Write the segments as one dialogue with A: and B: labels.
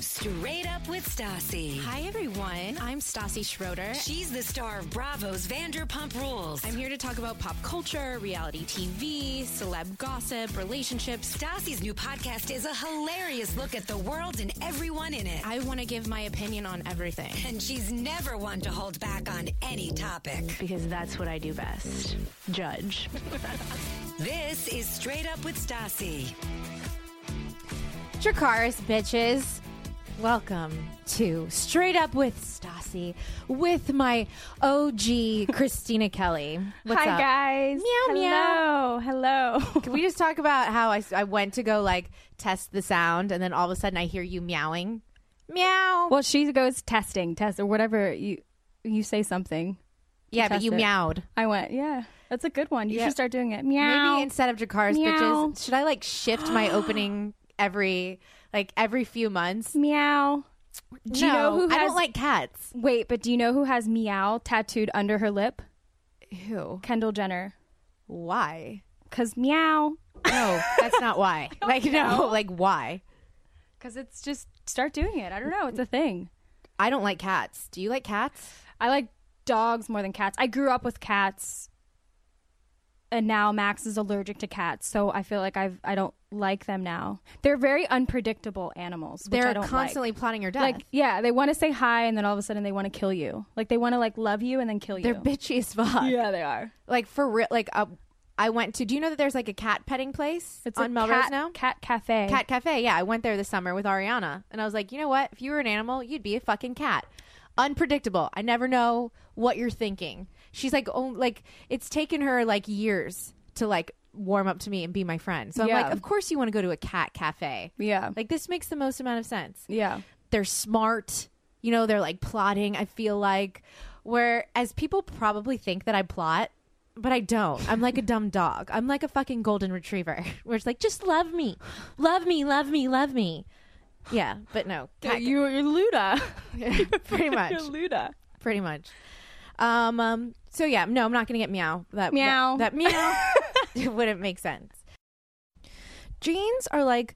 A: Straight up with Stassi.
B: Hi, everyone. I'm Stassi Schroeder.
A: She's the star of Bravo's Vanderpump Rules.
B: I'm here to talk about pop culture, reality TV, celeb gossip, relationships.
A: Stassi's new podcast is a hilarious look at the world and everyone in it.
B: I want to give my opinion on everything
A: And she's never one to hold back on any topic.
B: because that's what I do best judge.
A: This is Straight Up with Stassi.
C: Dracaris, bitches. Welcome to Straight Up with Stassi with my OG Christina Kelly. What's
D: Hi
C: up?
D: guys.
C: Meow, meow.
D: hello. Hello.
C: Can we just talk about how I, s- I went to go like test the sound and then all of a sudden I hear you meowing? Meow.
D: Well, she goes testing, test or whatever you you say something.
C: yeah, but you
D: test it.
C: meowed.
D: I went, yeah, that's a good one. You
C: Yeah.
D: should start doing it. Meow.
C: Maybe instead of Dracaris,
D: Meow.
C: bitches, should I like shift my opening every like every few months?
D: meow.
C: Do
D: you know who
C: I
D: has-
C: don't like cats.
D: Wait, but do you know who has meow tattooed under her lip?
C: Who?
D: Kendall Jenner.
C: Why?
D: Cause meow. Oh,
C: No, that's not why. Like no, like why?
D: Cause it's just start doing it. I don't know. It's a thing.
C: I don't like cats. Do you like cats?
D: I like dogs more than cats. I grew up with cats. And now Max is allergic to cats, so I feel like I've I don't like them now. They're very unpredictable animals. Which I
C: They're
D: don't
C: constantly plotting your death.
D: like. like yeah, they want to say hi and then all of a sudden they want to kill you. Like they want to like love you and then kill you.
C: they're bitchy as fuck.
D: Yeah, they are.
C: Like for real. Like uh, I went to. Do you know that there's like a cat petting place
D: It's
C: on
D: a
C: Melrose
D: cat,
C: now?
D: Cat cafe.
C: Cat cafe. Yeah, I went there this summer with Ariana, and I was like, you know what? If you were an animal, you'd be a fucking cat. Unpredictable. I never know what you're thinking. She's like, oh, like it's taken her like years to like warm up to me and be my friend. So
D: Yeah.
C: I'm like, of course you want to go to a cat cafe.
D: Yeah.
C: Like this makes the most amount of sense.
D: yeah.
C: they're smart you know they're like plotting i feel like whereas people probably think that i plot but i don't i'm like a dumb dog i'm like a fucking golden retriever where it's like just love me love me love me love me yeah but no cat,
D: You, you're Luda.
C: pretty much
D: you're Luda.
C: pretty much um, um so yeah no i'm not gonna get meow that
D: Meow.
C: that, that meow it wouldn't make sense jeans are like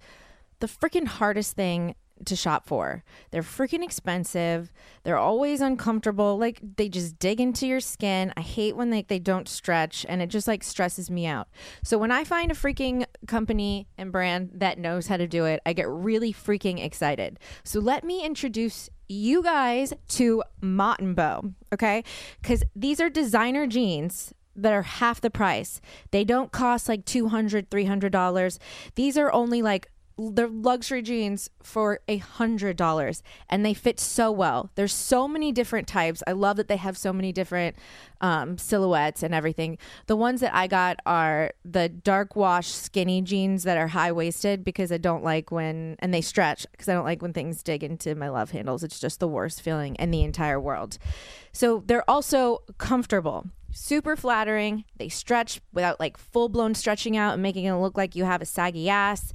C: the freaking hardest thing to shop for they're freaking expensive they're always uncomfortable like they just dig into your skin i hate when like they don't stretch and it just like stresses me out so when i find a freaking company and brand that knows how to do it i get really freaking excited so let me introduce you guys to Mottenbow, okay? Because these are designer jeans that are half the price. They don't cost like $200, $300. These are only like they're luxury jeans for a hundred dollars and they fit so well there's so many different types i love that they have so many different um, silhouettes and everything the ones that i got are the dark wash skinny jeans that are high-waisted because i don't like when and they stretch because i don't like when things dig into my love handles it's just the worst feeling in the entire world so they're also comfortable super flattering. They stretch without like full blown stretching out and making it look like you have a saggy ass.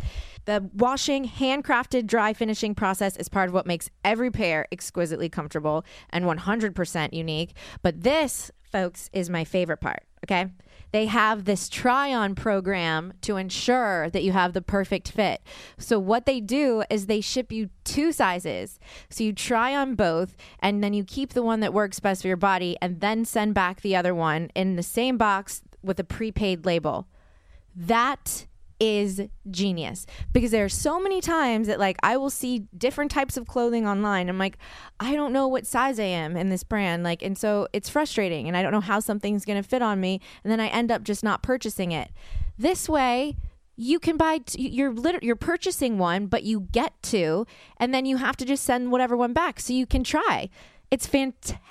C: The washing, handcrafted, dry finishing process is part of what makes every pair exquisitely comfortable and 100% unique. But this, folks, is my favorite part, okay? They have this try on program to ensure that you have the perfect fit. So, what they do is they ship you two sizes. So, you try on both and then you keep the one that works best for your body and then send back the other one in the same box with a prepaid label. That is genius because there are so many times that like I will see different types of clothing online. I'm like, I don't know what size I am in this brand, like, and so it's frustrating, and I don't know how something's gonna fit on me, and then I end up just not purchasing it. This way, you can buy t- you're liter- you're purchasing one, but you get two, and then you have to just send whatever one back so you can try. It's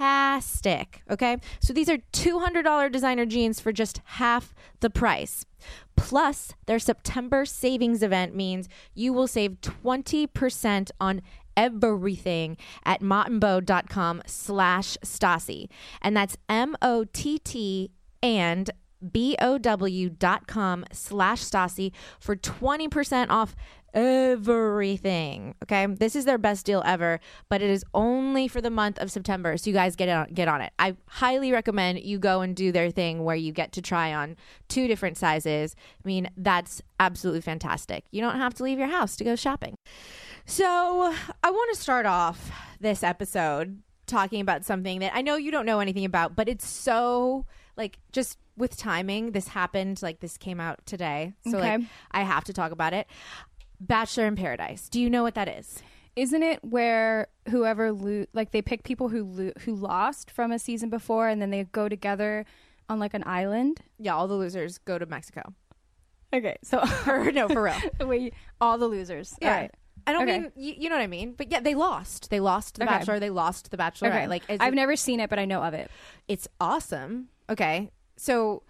C: fantastic. Okay. So these are $200 designer jeans for just half the price. Plus, their September savings event means you will save 20% on everything at mottenbow.com slash Stasi. And that's M-O-T-T and B-O-W dot com slash Stasi for 20% off everything. Okay. This is their best deal ever, but it is only for the month of September. So you guys get on get on it. I highly recommend you go and do their thing where you get to try on two different sizes. I mean, that's absolutely fantastic. You don't have to leave your house to go shopping. So I want to start off this episode talking about something that I know you don't know anything about, but it's so like just with timing, this happened, like this came out today. So
D: Okay.
C: like I have to talk about it. Bachelor in Paradise. Do you know what that is?
D: Isn't it where whoever lo- like they pick people who lo- who lost from a season before and then they go together on like an island?
C: Yeah, all the losers go to Mexico.
D: Okay, so
C: Or no, for real.
D: wait, all the losers.
C: Yeah.
D: All right.
C: I don't
D: Okay.
C: mean you, you know what I mean, but yeah, they lost. They lost the
D: Okay.
C: Bachelor. They lost the Bachelorette.
D: Okay.
C: Like it's,
D: I've never seen it, but I know of it.
C: it's awesome. Okay, so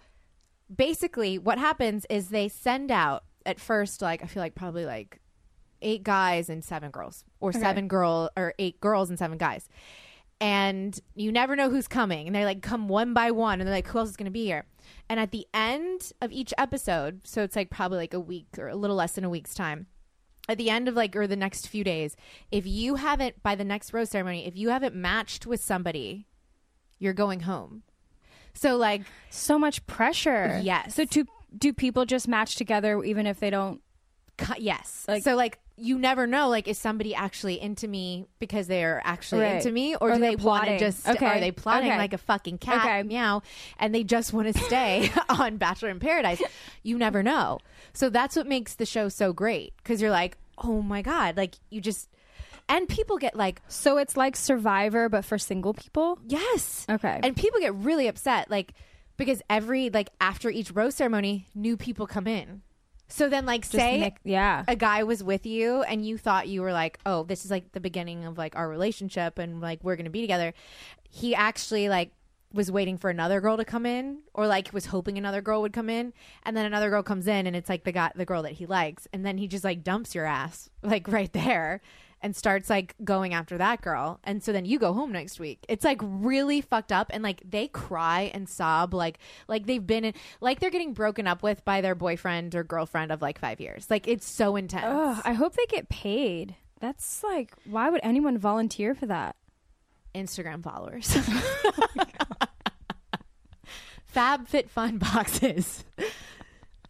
C: basically, what happens is they send out at first, like I feel like probably like eight guys and seven girls, or seven girl or eight girls and seven guys, and you never know who's coming. And they like come one by one, and they're like, who else is going to be here? And at the end of each episode, so it's like probably like a week or a little less than a week's time at the end of like or the next few days, if you haven't by the next rose ceremony, if you haven't matched with somebody, you're going home. So like
D: So much pressure.
C: Yes.
D: So do do people just match together even if they don't?
C: cu- yes. so like you never know like is somebody actually into me because they are actually
D: Right.
C: into me or,
D: Or
C: do they
D: they're
C: want to
D: plotting.
C: just
D: Okay.
C: are they plotting
D: Okay.
C: like a fucking cat
D: Okay.
C: meow and they just want to stay on Bachelor in Paradise. You never know. So that's what makes the show so great cuz you're like, "Oh my god, like you just and people get like
D: So it's like Survivor, but for single people.
C: Yes.
D: Okay.
C: And people get really upset, like because every like after each rose ceremony, new people come in. So then, like, say
D: make- yeah.
C: a guy was with you and you thought you were like, oh, this is like the beginning of like our relationship and like we're gonna be together. He actually like was waiting for another girl to come in or like was hoping another girl would come in and then another girl comes in and it's like the guy the girl that he likes and then he just like dumps your ass like right there and starts like going after that girl and so then you go home next week it's like really fucked up and like they cry and sob like like they've been in like they're getting broken up with by their boyfriend or girlfriend of like five years like it's so intense
D: Ugh, I hope they get paid. That's like, why would anyone volunteer for that?
C: instagram followers fab fit fun boxes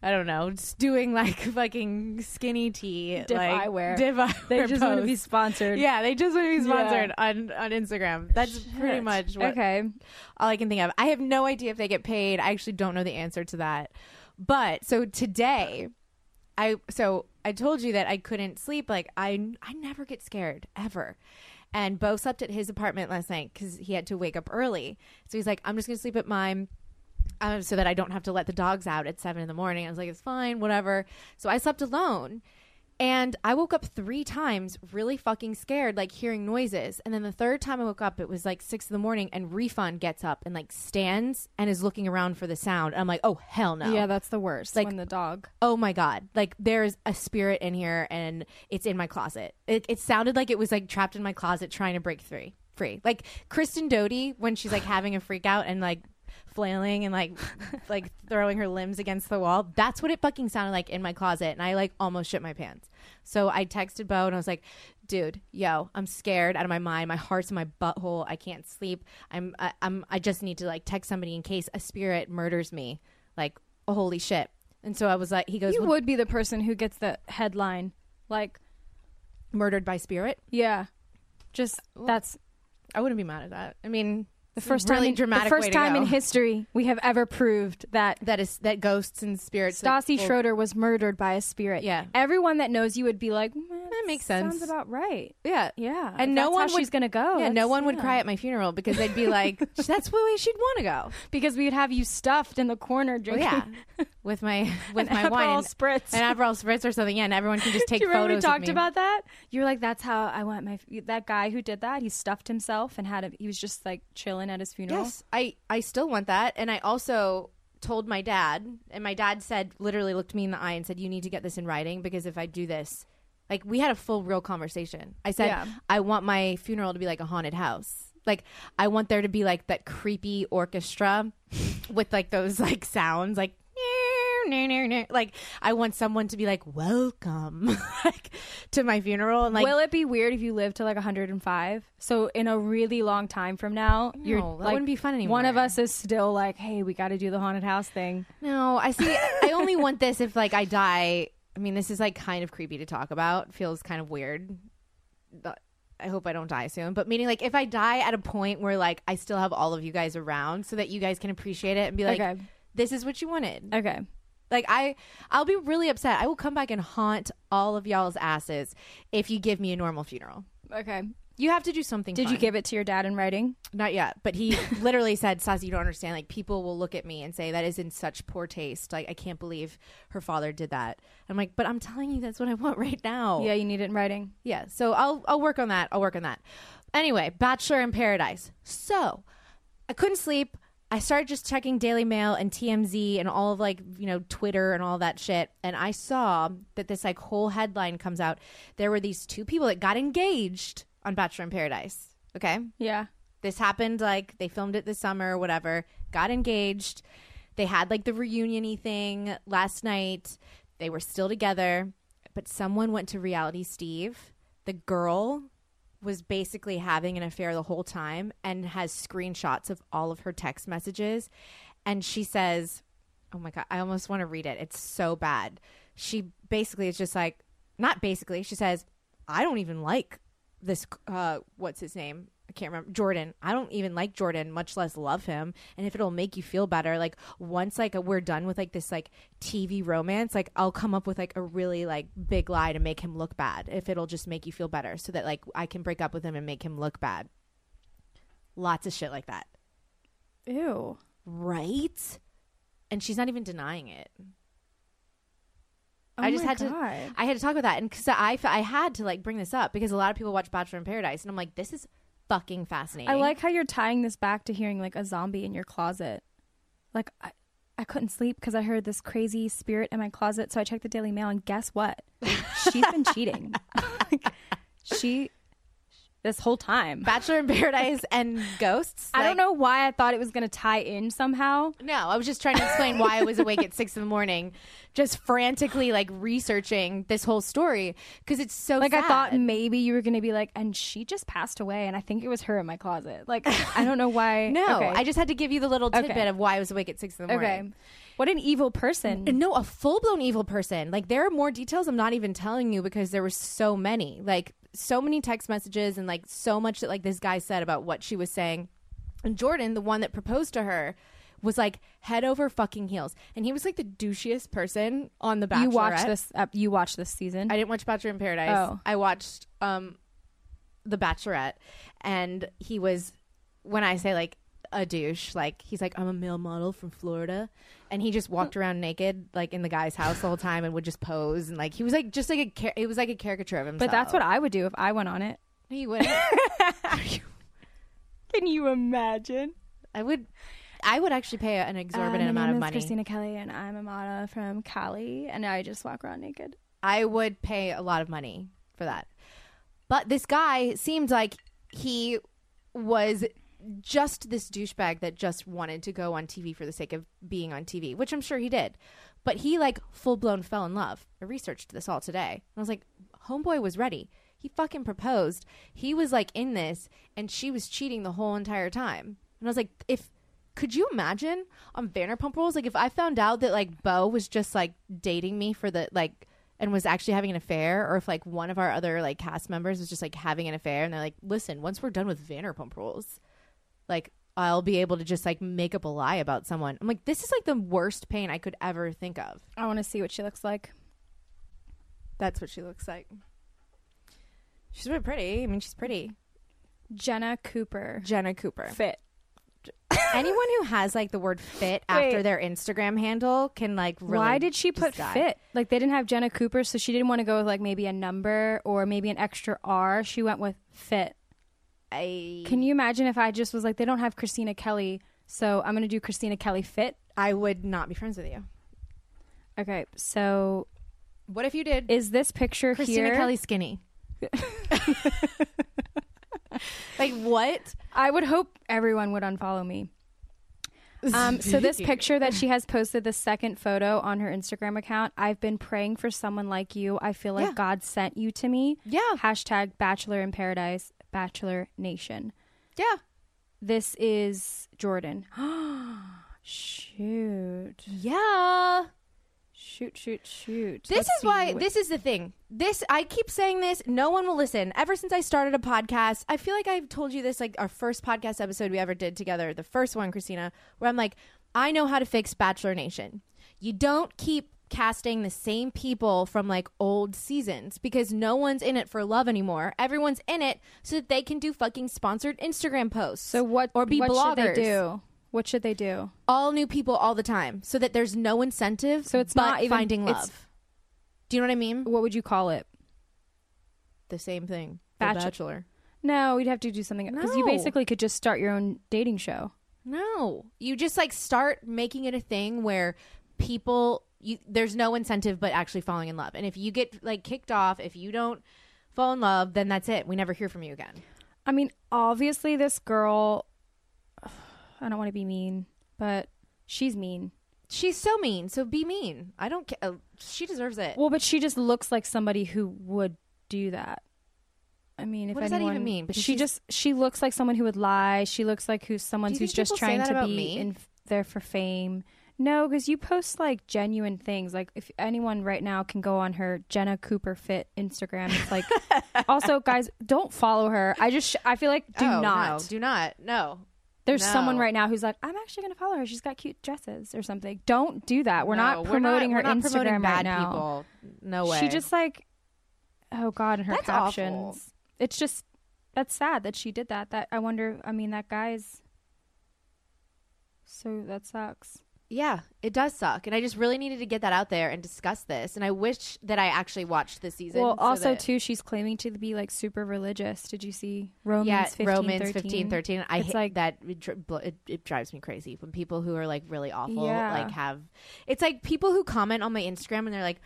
C: I don't know. Just doing like fucking skinny tea,
D: Div
C: like
D: eyewear.
C: Div eyewear
D: They just want to be
C: posts.
D: sponsored.
C: Yeah, they just want to be
D: Yeah.
C: sponsored on on Instagram. That's pretty much what
D: Okay.
C: all I can think of. I have no idea if they get paid. I actually don't know the answer to that. But so today, I so I told you that I couldn't sleep. Like I I never get scared ever. And Bo slept at his apartment last night because he had to wake up early. So he's like, I'm just gonna sleep at mine. Um, so that I don't have to let the dogs out at seven in the morning. I was like, it's fine, whatever. So I slept alone. And I woke up three times really fucking scared, like hearing noises. And then the third time I woke up, it was like six in the morning, and Refund gets up and like stands and is looking around for the sound. And I'm like, oh, hell no.
D: Yeah, that's the worst.
C: Like-
D: when the dog.
C: oh my God. Like there's a spirit in here and it's in my closet. It, it sounded like it was like trapped in my closet trying to break free. free. Like Kristen Doty when she's like having a freak out and like flailing and like like throwing her limbs against the wall. That's what it fucking sounded like in my closet and I like almost shit my pants. So I texted Bo and I was like, "Dude, yo, I'm scared out of my mind. My heart's in my butthole. I can't sleep. I'm I, I'm I just need to like text somebody in case a spirit murders me. Like, holy shit." And so I was like, he goes,
D: You
C: "Well,
D: would be the person who gets the headline. Like,
C: murdered by spirit.
D: yeah. Just, that's
C: I wouldn't be mad at that. I mean,
D: the first
C: really
D: time in,
C: dramatic
D: the first
C: way to
D: time in
C: go.
D: history we have ever proved that
C: that is that ghosts and spirits. like,
D: Stassi
C: will-
D: Schroeder was murdered by a spirit.
C: Yeah.
D: Everyone that knows you would be like, "Mm, that
C: makes sense."
D: Sounds about right.
C: yeah,
D: Yeah. if
C: and no
D: that's
C: one
D: how
C: would,
D: she's gonna go.
C: Yeah, no
D: that's-
C: one would
D: yeah.
C: cry at my funeral because they'd be like, that's the way she'd want to go.
D: because we'd have you stuffed in the corner
C: Well,
D: drinking.
C: yeah, with my with
D: An
C: my wine,
D: Aperol
C: and-
D: spritz.
C: an Aperol spritz or something. Yeah, and everyone can just take
D: Do you remember
C: photos.
D: we
C: of
D: talked
C: me.
D: about that? You were like, "That's how I want my that guy who did that. He stuffed himself and had a, he was just like chilling at his funeral."
C: Yes, I I still want that, and I also told my dad, and my dad said literally looked me in the eye and said, "You need to get this in writing because if I do this, Like we had a full real conversation. I said
D: Yeah.
C: I want my funeral to be like a haunted house. Like I want there to be like that creepy orchestra with like those like sounds like like I want someone to be like welcome like to my funeral and like
D: Will it be weird if you live to like 105? So in a really long time from now, you're
C: No, that
D: like,
C: wouldn't be fun
D: One of
C: anymore.
D: us is still like, hey, we got to do the haunted house thing.
C: No, I see. I only want this if like I die. I mean, this is like kind of creepy to talk about. Feels kind of weird. But I hope I don't die soon. But meaning like if I die at a point where like I still have all of you guys around, so that you guys can appreciate it and be like,
D: Okay.
C: this is what you wanted.
D: Okay,
C: Like I, I'll be really upset. I will come back and haunt all of y'all's asses if you give me a normal funeral.
D: okay.
C: You have to do something.
D: Did you
C: fun.
D: give it to your dad in writing?
C: Not yet, but he literally said, "Sassy, you don't understand. Like people will look at me and say that is in such poor taste. Like I can't believe her father did that." I'm like, "But I'm telling you, that's what I want right now."
D: Yeah, you need it in writing.
C: yeah. So I'll I'll work on that. I'll work on that. Anyway, Bachelor in Paradise. So I couldn't sleep. I started just checking Daily Mail and TMZ and all of like you know Twitter and all that shit, and I saw that this like whole headline comes out. There were these two people that got engaged on Bachelor in Paradise. Okay
D: Yeah.
C: this happened like they filmed it this summer or whatever got engaged they had like the reunion thing last night they were still together but someone went to reality steve the girl was basically having an affair the whole time and has screenshots of all of her text messages and she says oh my god i almost want to read it it's so bad she basically is just like not basically she says i don't even like this uh what's his name I can't remember Jordan. I don't even like Jordan, much less love him. And if it'll make you feel better, like once like we're done with like this like TV romance, like I'll come up with like a really like big lie to make him look bad. If it'll just make you feel better, so that like I can break up with him and make him look bad. Lots of shit like that,
D: Ew.
C: right? And she's not even denying it.
D: Oh
C: I just
D: my
C: had
D: God.
C: to. I had to talk about that, and because I, I had to like bring this up because a lot of people watch Bachelor in Paradise, and I'm like, this is fucking fascinating.
D: I like how you're tying this back to hearing like a zombie in your closet. Like I, I couldn't sleep because I heard this crazy spirit in my closet. So I checked the Daily Mail, and guess what? She's been cheating. like, she, this whole time.
C: Bachelor in Paradise and Ghosts.
D: I don't
C: like-
D: know why I thought it was gonna tie in somehow.
C: No, I was just trying to explain why I was awake at six in the morning, just frantically like researching this whole story because it's so
D: Like I
C: sad.
D: thought maybe you were gonna be like, and she just passed away, and I think it was her in my closet. Like I don't know why.
C: No,
D: okay.
C: I just had to give you the little tidbit
D: Okay.
C: of why I was awake at six in the morning.
D: okay. What an evil person.
C: No, a full blown evil person. Like there are more details I'm not even telling you because there were so many. Like so many text messages and like so much that like this guy said about what she was saying. And Jordan, the one that proposed to her, was like head over fucking heels. And he was like the douchiest person on the Bachelorette.
D: You watched this. Uh, you watched this season.
C: I didn't watch Bachelor in Paradise.
D: Oh.
C: I watched um The Bachelorette and he was when I say like a douche, like he's like, I'm a male model from Florida and he just walked around naked, like in the guy's house the whole time and would just pose and like he was like just like a car- it was like a caricature of himself.
D: but that's what I would do if I went on it.
C: he would
D: Can you imagine?
C: I would I would actually pay
D: Uh,
C: an exorbitant amount of money.
D: Christina Kelly, and I'm Amada from Cali, and I just walk around naked.
C: I would pay a lot of money for that. But this guy seemed like he was just this douchebag that just wanted to go on TV for the sake of being on TV, which I'm sure he did. But he like full blown fell in love. I researched this all today. And I was like, homeboy was ready. He fucking proposed. He was like in this and she was cheating the whole entire time. And I was like, if could you imagine on Vanderpump Rules? Like, if I found out that like Bo was just like dating me for the like, and was actually having an affair, or if like one of our other like cast members was just like having an affair, and they're like, listen, once we're done with Vanderpump Rules, like I'll be able to just like make up a lie about someone. I'm like, this is like the worst pain I could ever think of.
D: I want to see what she looks like.
C: That's what she looks like. She's really pretty. I mean, she's pretty.
D: Jenna Cooper.
C: Jenna Cooper.
D: Fit.
C: Anyone who has like the word fit after
D: Wait.
C: their Instagram handle can like really
D: Why did she put
C: just die.
D: fit? Like they didn't have Jenna Cooper, so she didn't want to go with like maybe a number or maybe an extra R. She went with fit.
C: I
D: Can you imagine if I just was like, they don't have Christina Kelly, so I'm gonna do Christina Kelly fit?
C: I would not be friends with you.
D: Okay, so
B: What if you did
D: Is this picture
C: Christina
D: here?
C: Kelly skinny. like what?
D: I would hope everyone would unfollow me. Um, so this picture that she has posted, the second photo on her Instagram account, I've been praying for someone like you. I feel like
C: Yeah.
D: God sent you to me.
C: Yeah.
D: Hashtag Bachelor in Paradise, Bachelor Nation.
C: Yeah.
D: This is Jordan. shoot,
C: Yeah.
D: shoot, shoot, shoot.
C: This
D: Let's
C: is why
D: see what-
C: this is the thing. This I keep saying this, no one will listen. Ever since I started a podcast, I feel like I've told you this like our first podcast episode we ever did together, the first one, Christina, where I'm like, I know how to fix Bachelor Nation. You don't keep casting the same people from like old seasons because no one's in it for love anymore. Everyone's in it so that they can do fucking sponsored Instagram posts.
D: So what?
C: or be
D: what
C: bloggers.
D: Should they do? What should they do?
C: all new people all the time so that there's no incentive
D: So it's
C: but
D: not even-
C: finding
D: it's-
C: love. Do you know what I mean?
D: What would you call it?
C: The same thing.
D: Bachelor- No, you'd have to do something because you
C: No.
D: basically could just start your own dating show.
C: No. You just like start making it a thing where people you there's no incentive but actually falling in love. And if you get like kicked off, if you don't fall in love, then that's it. We never hear from you again.
D: I mean, obviously, this girl. I don't want to be mean, but she's mean.
C: She's so mean, so be mean. I don't care. she deserves it.
D: Well, but she just looks like somebody who would do that. I mean, if
C: What does that even
D: anyone-
C: mean? Because
D: she
C: she's-
D: just she looks like someone who would lie. She looks like who's someone
C: Do you
D: who's
C: think
D: just
C: people say
D: trying
C: that
D: to
C: about
D: be
C: me?
D: in there for fame. No, because you post like genuine things. Like if anyone right now can go on her Jenna Cooper Fit Instagram, it's like. also, guys, don't follow her. I just I feel like do
C: Oh,
D: not
C: no, do not. No.
D: there's someone
C: No.
D: right now who's like, I'm actually going to follow her. She's got cute dresses or something. Don't do that. We're
C: No,
D: not promoting
C: we're
D: her
C: not
D: Instagram
C: promoting
D: right
C: bad
D: now.
C: people. No way.
D: She just like, oh god, and her
C: That's
D: captions.
C: awful.
D: It's just that's sad that she did that. That I wonder. I mean, that guy's. So that sucks.
C: Yeah, it does suck, and I just really needed to get that out there and discuss this. And I wish that I actually watched this season.
D: Well,
C: so
D: also
C: that-
D: too, she's claiming to be like super religious. Did you see Romans?
C: yeah,
D: 15,
C: Romans fifteen thirteen. I
D: It's
C: hate
D: like-
C: that. It, dri- bl- it, it drives me crazy when people who are like really awful,
D: Yeah.
C: like have. It's like people who comment on my Instagram and they're like.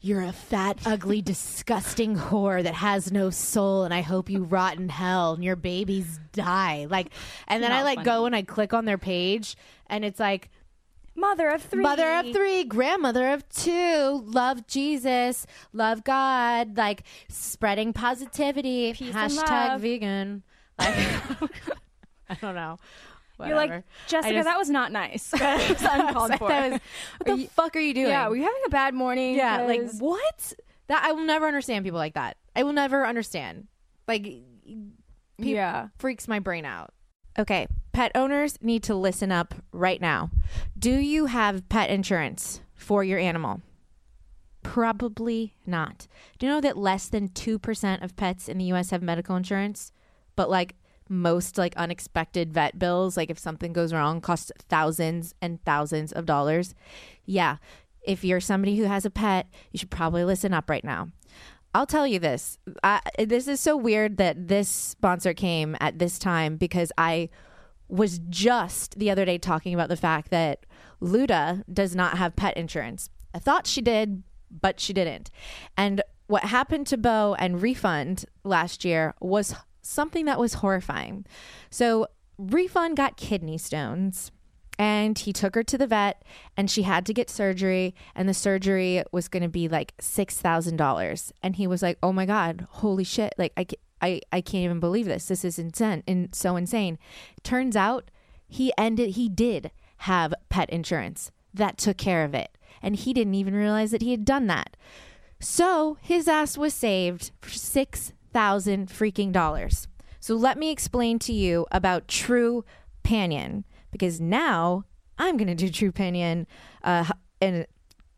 C: You're a fat, ugly, disgusting whore that has no soul, and I hope you rot in hell and your babies die. Like, and then I
D: Not
C: like go and I click on their page, and it's like
D: Mother of three.
C: Mother of three, grandmother of two, love Jesus, love God, like spreading positivity,
D: and
C: hashtag
D: love.
C: vegan. Like, I don't know.
D: You're
C: Whatever.
D: like Jessica.
C: just-
D: that was not nice. that was uncalled for.
C: That was- what the fuck are you doing?
D: Yeah, were you having a bad morning?
C: yeah, like
D: 'Cause-
C: what? That I will never understand people like that. I will never understand. Like Peop-
D: yeah.
C: freaks my brain out. Okay, pet owners need to listen up right now. Do you have pet insurance for your animal? Probably not. Do you know that less than 2% of pets in the US have medical insurance? But like most like unexpected vet bills, like if something goes wrong, costs thousands and thousands of dollars. Yeah. If you're somebody who has a pet, you should probably listen up right now. I'll tell you this. I, this is so weird that this sponsor came at this time because I was just the other day talking about the fact that Luda does not have pet insurance. I thought she did, but she didn't. And what happened to Bo and Refund last year was something that was horrifying. So, Refund got kidney stones and he took her to the vet and she had to get surgery and the surgery was going to be like $6000 and he was like oh my god holy shit like i, ca- I, I can't even believe this this is insane and so insane turns out he ended he did have pet insurance that took care of it and he didn't even realize that he had done that so his ass was saved for six thousand freaking dollars. So let me explain to you about True Panion because now I'm gonna do True Panion uh, h- and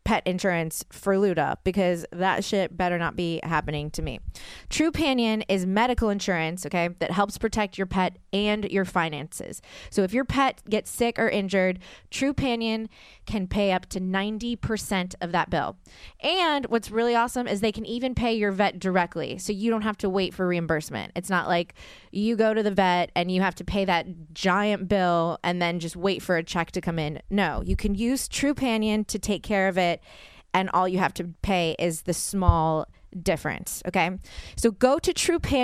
C: pet insurance for Luda because that shit better not be happening to me. True Panion is medical insurance, okay, that helps protect your pet and your finances. So if your pet gets sick or injured, True Panion can pay up to 90% of that bill. And what's really awesome is they can even pay your vet directly. So you don't have to wait for reimbursement. It's not like you go to the vet and you have to pay that giant bill and then just wait for a check to come in. No, you can use True Panion to take care of it and all you have to pay is the small difference. Okay. So go to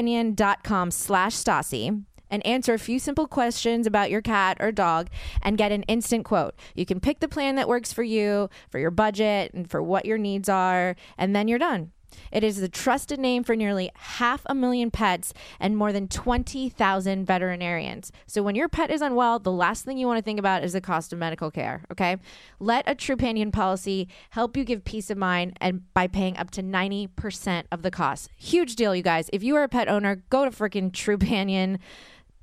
C: trupanion.com slash Stassi and answer a few simple questions about your cat or dog and get an instant quote. You can pick the plan that works for you, for your budget, and for what your needs are, and then you're done. It is the trusted name for nearly half a million pets and more than 20,000 veterinarians. So when your pet is unwell, the last thing you want to think about is the cost of medical care, okay? Let a Trupanion policy help you give peace of mind and by paying up to 90% of the cost. Huge deal, you guys. If you are a pet owner, go to freaking Trupanion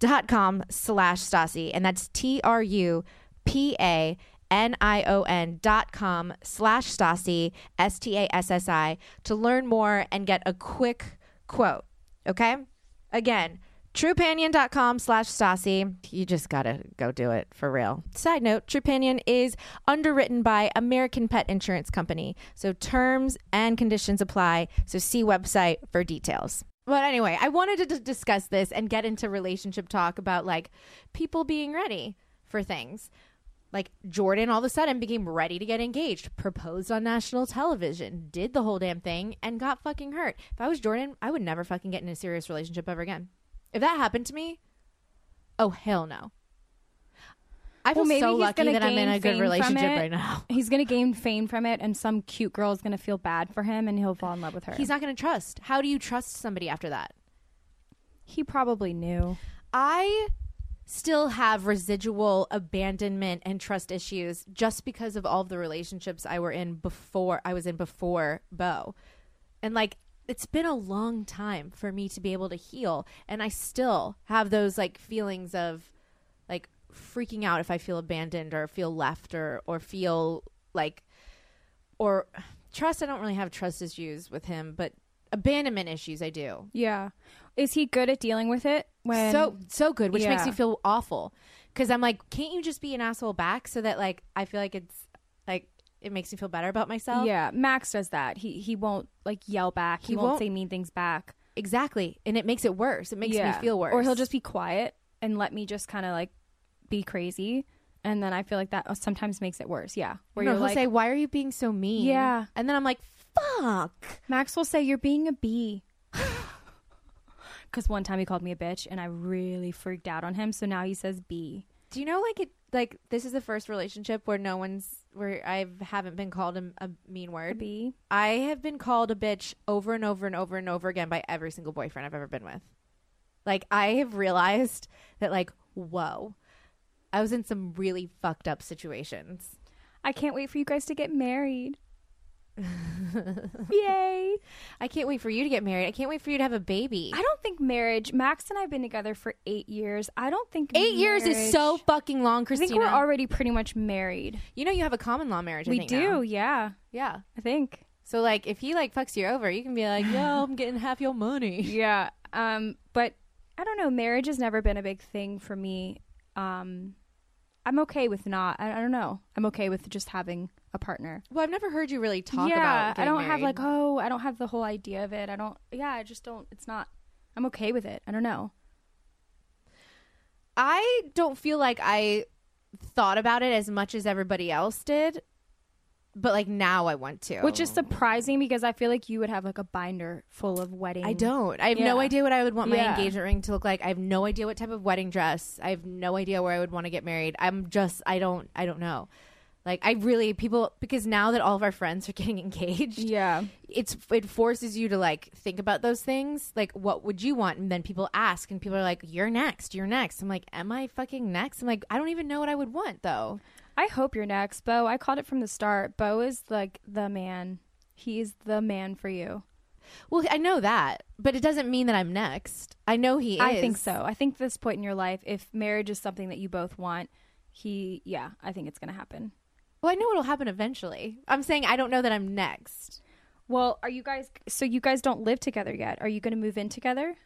C: dot com slash Stassi, and that's T R U P A N I O N dot com slash Stassi, S T A S S I, to learn more and get a quick quote. Okay? Again, Trupanion.com slash Stassi. You just gotta go do it for real. Side note, Trupanion is underwritten by American Pet Insurance Company. So terms and conditions apply. So see website for details. But anyway, I wanted to d- discuss this and get into relationship talk about like people being ready for things. Like Jordan all of a sudden became ready to get engaged, proposed on national television, did the whole damn thing, and got fucking hurt. If I was Jordan, I would never fucking get in a serious relationship ever again. If that happened to me, oh hell no. I feel
D: Well, maybe
C: so
D: he's
C: lucky
D: gonna
C: that I'm in
D: gain
C: a
D: fame
C: good
D: from
C: relationship
D: it.
C: right now.
D: He's gonna gain fame from it, and some cute girl is gonna feel bad for him, and he'll fall in love with her.
C: He's not going to trust. How do you trust somebody after that?
D: he probably knew.
C: I still have residual abandonment and trust issues just because of all of the relationships I were in before I was in before Bo. And like it's been a long time for me to be able to heal and I still have those like feelings of like freaking out if I feel abandoned or feel left or or feel like or trust I don't really have trust issues with him but abandonment issues I do
D: Yeah, is he good at dealing with it? When
C: so so good, which makes
D: Yeah.
C: me feel awful because I'm like, can't you just be an asshole back so that like I feel like it's like it makes me feel better about myself.
D: yeah, Max does that. He he won't like yell back. He,
C: He
D: won't,
C: won't-
D: say mean things back.
C: exactly, and it makes it worse. It makes
D: Yeah.
C: me feel worse.
D: Or he'll just be quiet and let me just kind of like be crazy, and then I feel like that sometimes makes it worse. Yeah, where
C: No,
D: you're
C: he'll
D: like
C: say, "Why are you being so mean?"
D: Yeah.
C: and then I'm like, "Fuck."
D: Max will say you're being a bee. Because one time he called me a bitch, and I really freaked out on him. So now he says bee.
C: Do you know like it? Like this is the first relationship where no one's where I haven't been called a, a mean word.
D: Bee.
C: I have been called a bitch over and over and over and over again by every single boyfriend I've ever been with. Like I have realized that like whoa. I was in some really fucked up situations.
D: I can't wait for you guys to get married. Yay!
C: I can't wait for you to get married. I can't wait for you to have a baby.
D: I don't think marriage. Max and I've been together for eight years. I don't think
C: 8 years is
D: marriage-
C: so fucking long,
D: I
C: Christina.
D: think we're already pretty much married.
C: you know you have a common law marriage, I
D: we
C: think,
D: do,
C: now.
D: yeah.
C: Yeah.
D: I think.
C: So like if he like fucks you over, you can be like, "Yo, I'm getting half your money."
D: Yeah. Um, but I don't know. Marriage has never been a big thing for me. Um, I'm okay with not. I, I don't know. I'm okay with just having a partner.
C: Well, I've never heard you really talk
D: yeah.
C: about
D: I
C: getting
D: don't have
C: married.
D: like oh, I don't have the whole idea of it. I don't. Yeah. I just don't. It's not. I'm okay with it. I don't know.
C: I don't feel like I thought about it as much as everybody else did, but like now I want to.
D: Which is surprising because I feel like you would have like a binder full of wedding.
C: I don't. I have no
D: Mm. Yeah.
C: idea what I would want my
D: Yeah.
C: engagement ring to look like. I have no idea what type of wedding dress. I have no idea where I would want to get married. I'm just I don't I don't know. Like I really people because now that all of our friends are getting engaged,
D: Yeah.
C: it's it forces you to like think about those things like what would you want and then people ask and people are like you're next you're next i'm like am i fucking next i'm like i don't even know what i would want though
D: I hope you're next, Bo. I called it from the start. Bo is like the man. He is the man for you.
C: Well, I know that, but it doesn't mean that I'm next. I know he is.
D: I think so. I think this point in your life, if marriage is something that you both want, he, yeah, I think it's going to happen.
C: Well, I know it'll happen eventually. I'm saying I don't know that I'm next.
D: Well, are you guys, so you guys don't live together yet. Are you going to move in together?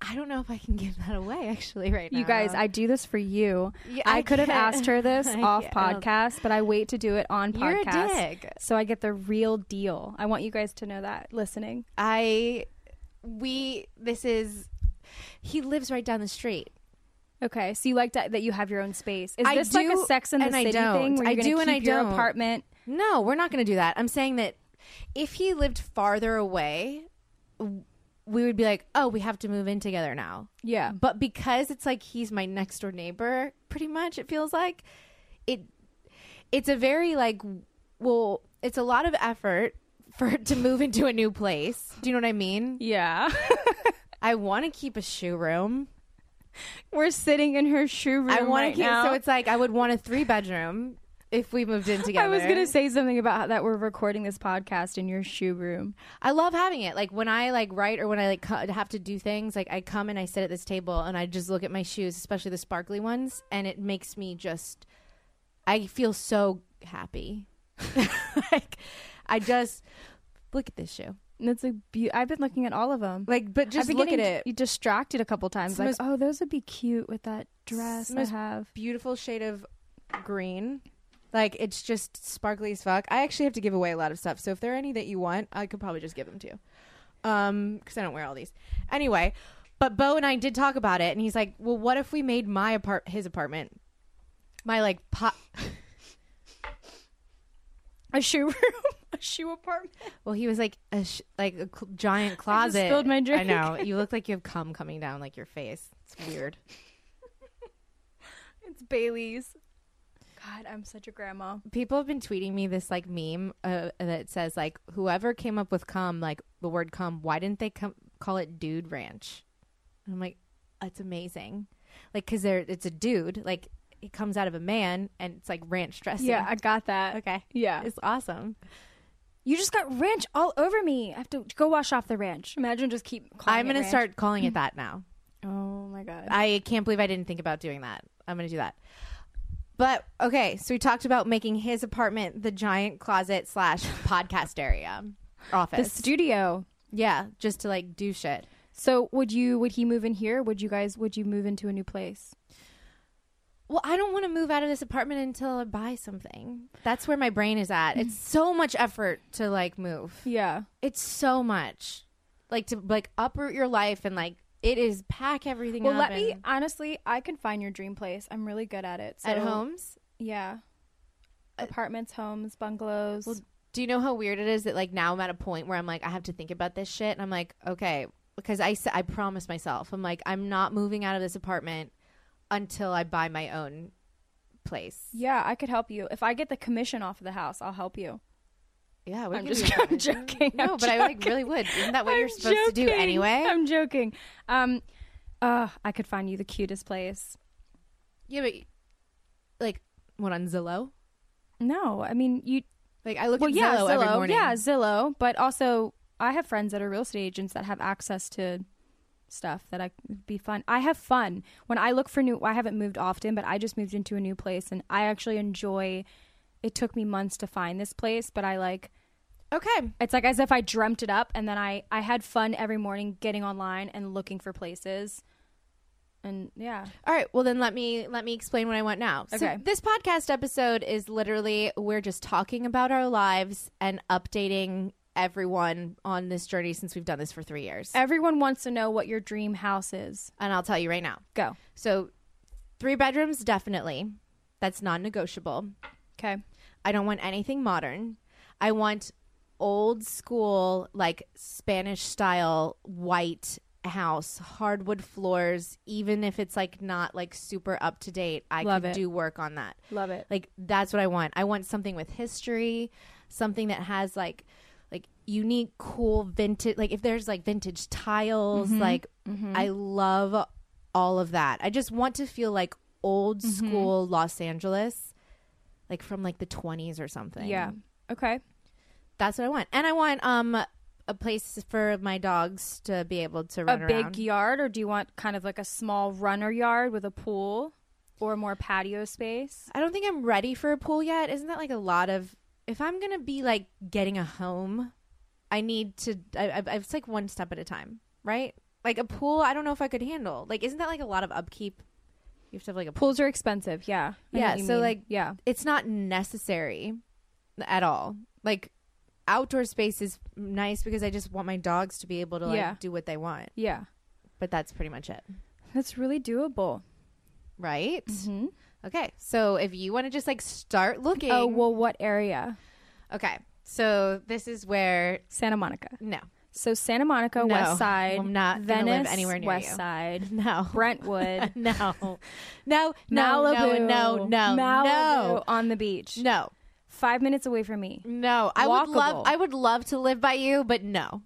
C: I don't know if I can give that away actually right now.
D: You guys, I do this for you.
C: Yeah,
D: I,
C: I
D: could have
C: can't-
D: asked her this
C: I
D: off
C: can't.
D: podcast, but I wait to do it on
C: You're a
D: podcast.
C: dick.
D: So I get the real deal. I want you guys to know that listening.
C: I we this is he lives right down the street.
D: Okay, so you like that, that you have your own space. Is
C: I
D: this like a
C: do
D: Sex in the
C: and I
D: City
C: don't.
D: thing where
C: I
D: you're going to
C: do
D: keep
C: and I
D: your
C: don't.
D: apartment?
C: No, we're not going to do that. I'm saying that if he lived farther away, w- we would be like, oh, we have to move in together now.
D: Yeah.
C: But because it's like he's my next door neighbor, pretty much, it feels like it. It's a very like, well, it's a lot of effort for to move into a new place. Do you know what I mean?
D: Yeah.
C: I want to keep a shoe room.
D: We're sitting in her shoe room
C: I want
D: right
C: to keep.
D: now.
C: So it's like I would want a three bedroom if we moved in together.
D: I was going to say something about how, that we're recording this podcast in your shoe room.
C: I love having it. Like when I like write or when I like co- have to do things, like I come and I sit at this table and I just look at my shoes, especially the sparkly ones, and it makes me just I feel so happy. like I just look at this shoe.
D: And it's a be- I've been looking at all of them.
C: Like but just
D: I've been
C: look at
D: getting
C: it.
D: d- distracted a couple times.
C: the
D: like,
C: most-
D: oh, those would be cute with that dress
C: the
D: I
C: most
D: have.
C: Beautiful shade of green. Like it's just sparkly as fuck. I actually have to give away a lot of stuff. So if there are any that you want, I could probably just give them to you. um because i don't wear all these anyway but bo and i did talk about it and he's like well what if we made my apart his apartment my like pot
D: A shoe room, a shoe apartment.
C: well he was like a sh- like a cl- giant closet
D: spilled my drink.
C: i know you look like you have cum coming down like your face it's weird
D: It's Bailey's. God, I'm such a grandma.
C: people have been tweeting me this like meme uh, that says like whoever came up with cum like the word cum why didn't they come call it dude ranch and i'm like that's amazing like because they're it's a dude like it comes out of a man and it's like ranch dressing
D: Yeah, I got that.
C: okay
D: Yeah.
C: it's awesome
D: You just got ranch all over me. I have to go wash off the ranch. Imagine just keep calling
C: i'm
D: it
C: gonna
D: ranch.
C: start calling it that now
D: Oh my god.
C: i can't believe i didn't think about doing that i'm gonna do that but okay so we talked about making his apartment the giant closet slash podcast area
D: the
C: office
D: studio.
C: yeah just to like do shit
D: So would you would he move in here? Would you guys would you move into a new place?
C: well, I don't want to move out of this apartment until I buy something. That's where my brain is at. It's so much effort to like move.
D: Yeah.
C: It's so much. Like to like uproot your life and like it is pack everything
D: Well,
C: up
D: let me
C: and-
D: honestly, I can find your dream place. I'm really good at it. So,
C: at Uh, homes.
D: Yeah. Apartments, homes, bungalows.
C: Do you know how weird it is that like now I'm at a point where I'm like I have to think about this shit and I'm like okay because I s- I promise myself I'm like I'm not moving out of this apartment until I buy my own place.
D: yeah, I could help you. If I get the commission off of the house, I'll help you.
C: Yeah, I would
D: I'm
C: give
D: just
C: you a
D: I'm
C: bonus.
D: joking.
C: No,
D: I'm
C: but I like
D: joking.
C: really would. Isn't that what you're
D: I'm
C: supposed to do
D: joking.
C: anyway?
D: I'm joking. Um, uh, I could find you the cutest place.
C: Yeah, but like what on Zillow?
D: No, I mean you.
C: Like I look
D: Well,
C: at
D: yeah,
C: Zillow,
D: Zillow,
C: every morning.
D: yeah, Zillow. But also, I have friends that are real estate agents that have access to stuff that I would be fun. I have fun when I look for new. I haven't moved often, but I just moved into a new place, and I actually enjoy. It took me months to find this place, but I like.
C: Okay.
D: It's like as if I dreamt it up, and then I I had fun every morning getting online and looking for places, and yeah.
C: All right. Well, then let me let me explain what I want now.
D: Okay.
C: So this podcast episode is literally we're just talking about our lives and updating everyone on this journey since we've done this for three years.
D: Everyone wants to know what your dream house is.
C: And I'll tell you right now.
D: Go.
C: So, three bedrooms definitely. That's non-negotiable.
D: Okay.
C: I don't want anything modern. I want old school, like Spanish style white house, hardwood floors, even if it's like not like super up to date. I
D: Love
C: could
D: it.
C: do work on that.
D: Love it.
C: Like that's what I want. I want something with history, something that has like like unique, cool vintage like if there's like vintage tiles,
D: Mm-hmm.
C: like I love all of that. I just want to feel like old
D: Mm-hmm.
C: school Los Angeles. Like from like the twenties or something.
D: Yeah. Okay.
C: That's what I want. And I want um a place for my dogs to be able to
D: A
C: run
D: big
C: around.
D: yard, or do you want kind of like a small runner yard with a pool or more patio space?
C: I don't think I'm ready for a pool yet. Isn't that like a lot of? If I'm gonna be like getting a home, I need to. I, I, it's like one step at a time, right? Like a pool, I don't know if I could handle. Like, isn't that like a lot of upkeep? You have to have like a pool.
D: Pools are expensive. Yeah. I know
C: Yeah,
D: what you
C: so,
D: mean.
C: like-
D: yeah.
C: It's not necessary at all. Like, outdoor space is nice because I just want my dogs to be able to like
D: Yeah.
C: do what they want.
D: Yeah.
C: But that's pretty much it.
D: That's really doable.
C: right? Okay. So if you want to just like start looking.
D: Oh, well, what area?
C: okay. So this is where.
D: Santa Monica.
C: No.
D: So Santa Monica,
C: No,
D: West Side.
C: I'm not gonna live
D: Venice,
C: anywhere near
D: West
C: you.
D: Side.
C: No.
D: Brentwood.
C: No. No. No.
D: Malibu.
C: No. No. No.
D: Malibu
C: No.
D: on the beach.
C: No.
D: Five minutes away from me.
C: No. I would
D: Walkable.
C: love. I would love to live by you, but no.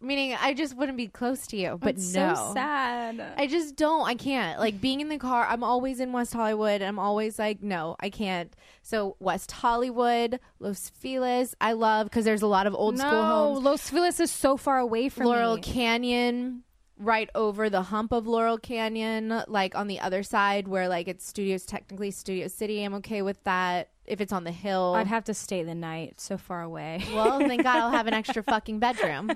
C: Meaning, I just wouldn't be close to you. But
D: It's
C: no.
D: so sad.
C: I just don't. I can't. Like being in the car, I'm always in West Hollywood. I'm always like, no, I can't. So West Hollywood, Los Feliz, I love because there's a lot of old school
D: no,
C: homes.
D: Los Feliz is so far away from
C: Laurel
D: me.
C: Canyon, right over the hump of Laurel Canyon, like on the other side where like it's studios, technically Studio City. I'm okay with that if it's on the hill.
D: I'd have to stay the night. It's So far away.
C: well, thank God I'll have an extra fucking bedroom.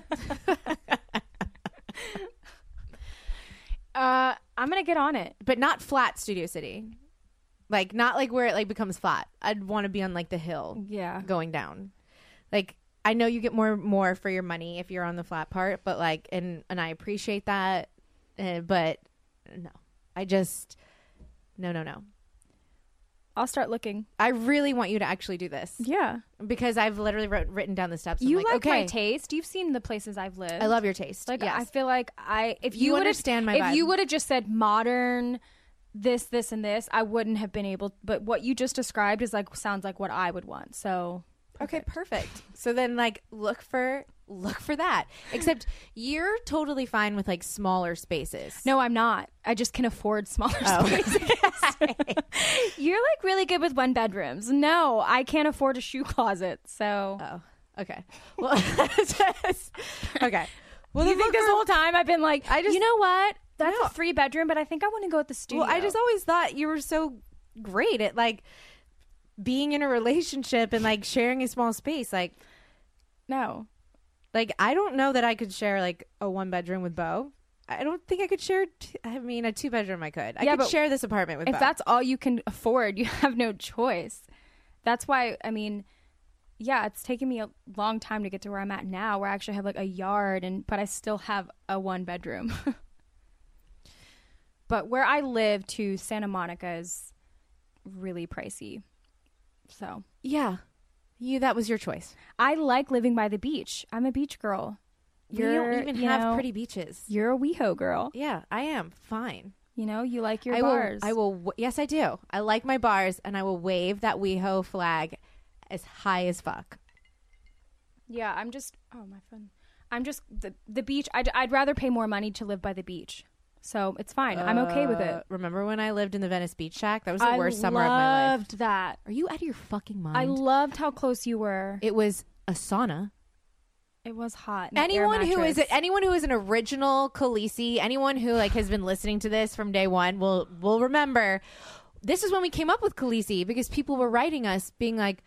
C: uh,
D: I'm gonna get on it.
C: but not flat Studio City. Like not like where it like becomes flat. I'd want to be on like the hill
D: Yeah.
C: going down. Like I know you get more more for your money if you're on the flat part, but like and and I appreciate that, uh, but no. I just no, no, no.
D: I'll start looking.
C: I really want you to actually do this
D: Yeah.
C: because I've literally wrote, written down the steps. I'm
D: you like,
C: okay,
D: my taste. You've seen the places I've lived.
C: I love your taste.
D: Like
C: yes.
D: I feel like I if
C: You
D: you, would've-
C: understand my
D: if
C: vibe.
D: you would have just said modern this this and this I wouldn't have been able but what you just described is like sounds like what I would want so
C: Okay, perfect. So then like look for look for that. Except you're totally fine with like smaller spaces.
D: no I'm not I just can afford smaller spaces you're like really good with one bedrooms no I can't afford a shoe closet so
C: Oh, okay. Well,
D: Oh.
C: just- okay. Well,
D: you
C: then
D: think
C: look
D: this
C: for-
D: whole time I've been like
C: I just-
D: you know what that's
C: No.
D: a three bedroom but I think I want to go with the studio
C: Well, I just always thought you were so great at like being in a relationship and like sharing a small space. Like,
D: no
C: like I don't know that I could share like a one bedroom with Bo. I don't think I could share. T- I mean, a two bedroom I could. I
D: Yeah,
C: could
D: but
C: share this apartment with.
D: if
C: Beau.
D: that's all you can afford, you have no choice. That's why, I mean, yeah, it's taken me a long time to get to where I'm at now, where I actually have like a yard, and but I still have a one bedroom. but where I live to Santa Monica is really pricey. So
C: yeah, you that was your choice.
D: I like living by the beach. I'm a beach girl.
C: You don't even
D: you
C: have
D: know,
C: pretty beaches.
D: You're a WeHo girl.
C: Yeah, I am fine.
D: You know, you like your
C: I
D: bars.
C: Will, I will. w- Yes, I do. I like my bars, and I will wave that WeHo flag as high as fuck.
D: Yeah, I'm just. Oh, my phone. I'm just the the beach. I'd, I'd rather pay more money to live by the beach, so it's fine. I'm okay with
C: Uh,
D: it.
C: remember when I lived in the Venice Beach Shack? That was the
D: I
C: worst summer of my life.
D: loved that.
C: Are you out of your fucking mind?
D: I loved how close you were. It,
C: it was a sauna.
D: was hot. and an air
C: Anyone who is
D: mattress.
C: anyone who is an original Khaleesi, anyone who like has been listening to this from day one will will remember. This is when we came up with Khaleesi because people were writing us being like,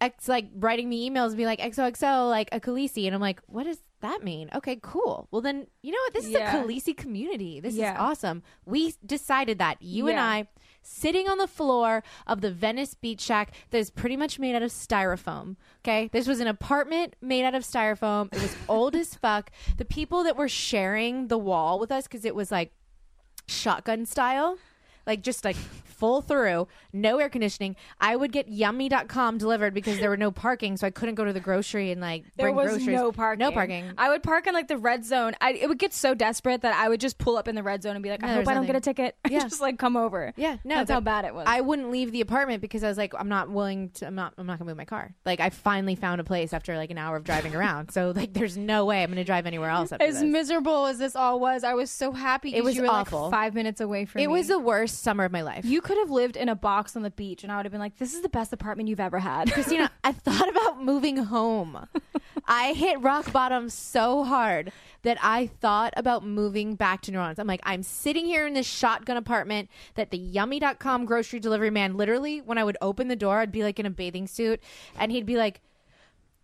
C: X like writing me emails, be like XOXO, like a Khaleesi, and I'm like, what does that mean? Okay, cool. Well, then you know what? This
D: Yeah.
C: is a Khaleesi community. This is
D: Yeah.
C: awesome. We decided that you and
D: Yeah.
C: I, sitting on the floor of the Venice Beach Shack, that is pretty much made out of styrofoam. Okay, this was an apartment made out of styrofoam. It was old as fuck. The people that were sharing the wall with us because it was like shotgun style, like just like full through, no air conditioning. I would get yummy.com delivered because there were no parking, so I couldn't go to the grocery and like
D: there
C: bring
D: was
C: groceries.
D: no parking.
C: No parking.
D: I would park in like the red zone. I, it would get so desperate that I would just pull up in the red zone and be like, I
C: there
D: hope
C: was
D: I don't
C: nothing.
D: get a ticket.
C: Yeah.
D: just like come over.
C: yeah, no,
D: that's
C: that-
D: how bad it was.
C: I wouldn't leave the apartment because I was like, I'm not willing to. I'm not. I'm not gonna move my car. Like, I finally found a place after like an hour of driving around. So like, there's no way I'm gonna drive anywhere else. After
D: as
C: this.
D: miserable as this all was, I was so happy. 'cause
C: was
D: you were, like,
C: awful.
D: five minutes away from
C: it
D: me.
C: was the worst summer of my life.
D: You could have lived in a box on the beach, and I would have been like, "This is the best apartment you've ever had."
C: Christina, I thought about moving home. I hit rock bottom so hard that I thought about moving back to New Orleans. I'm like, I'm sitting here in this shotgun apartment that the yummy.com grocery delivery man literally, when I would open the door, I'd be like in a bathing suit and he'd be like,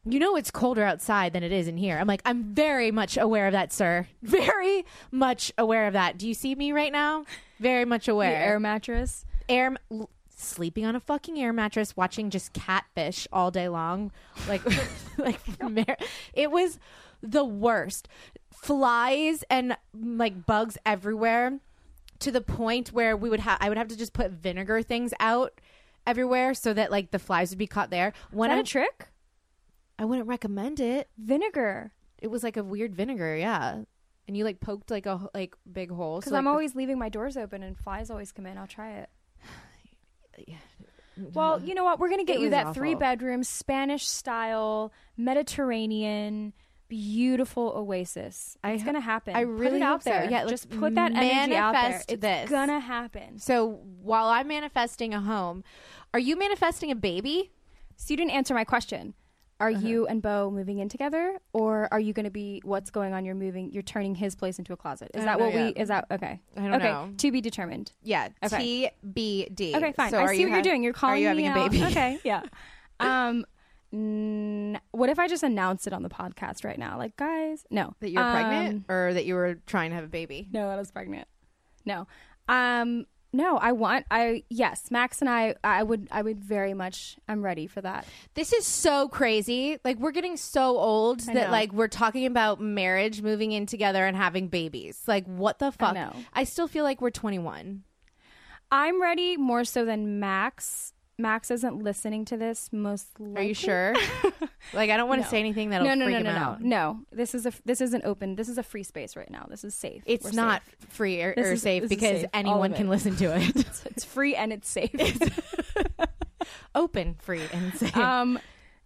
C: you know it's colder outside than it is in here. I'm like, I'm very much aware of that, sir. Very much aware of that. Do you see me right now? Very much aware
D: The air mattress.
C: air l- sleeping on a fucking air mattress watching just catfish all day long like like mar- it was the worst flies and like bugs everywhere to the point where we would have I would have to just put vinegar things out everywhere so that like the flies would be caught there. When
D: Is that
C: I
D: a trick?
C: I wouldn't recommend it.
D: Vinegar.
C: It was like a weird vinegar, yeah. And you like poked like a h- like big hole.
D: Because
C: so, like,
D: I'm
C: the-
D: always leaving my doors open and flies always come in. I'll try it. Well, you know what? We're going to get
C: It
D: you
C: was
D: that
C: awful.
D: three bedroom, Spanish style, Mediterranean, beautiful oasis.
C: I
D: It's
C: ho-
D: going to happen.
C: I
D: put
C: really
D: it out
C: hope so.
D: there.
C: Yeah, like,
D: just put that energy out there.
C: manifest
D: It's
C: this.
D: going to happen.
C: So while I'm manifesting a home, are you manifesting a baby?
D: So you didn't answer my question. Are
C: Uh-huh.
D: you and Bo moving in together, or are you going to be? What's going on? You're moving. You're turning his place into a closet. Is
C: I
D: that
C: don't
D: what
C: know
D: we?
C: yet.
D: Is that okay?
C: I don't
D: okay,
C: know.
D: To be determined.
C: Yeah,
D: Okay.
C: TBD.
D: Okay, fine.
C: So
D: I
C: are
D: see what you're
C: hav-
D: doing. You're calling
C: Are you having
D: me
C: a
D: out.
C: baby?
D: Okay, yeah. Um, n- what if I just announced it on the podcast right now? Like, guys, no,
C: That you were
D: Um,
C: pregnant or that you were trying to have a baby?
D: No, that I was pregnant. No, um, no. I want. I yes, Max and I. I would. I would very much. I'm ready for that.
C: This is so crazy. Like we're getting so old
D: I
C: that
D: know.
C: like we're talking about marriage, moving in together and having babies. Like what the fuck?
D: know.
C: I still feel like we're 21.
D: I'm ready more so than Max. Max isn't listening to this. Most likely.
C: Are you sure? like I don't want to say anything that'll
D: no, no,
C: freak
D: no,
C: him
D: no, no,
C: out.
D: no. This is a this is an open. This is a free space right now. This is safe.
C: It's
D: We're
C: not
D: safe.
C: free or,
D: This
C: or
D: is-
C: safe
D: this is
C: because
D: safe. All
C: anyone
D: of
C: can
D: it.
C: listen to it.
D: It's, it's free and it's safe.
C: Open, free, and safe.
D: um,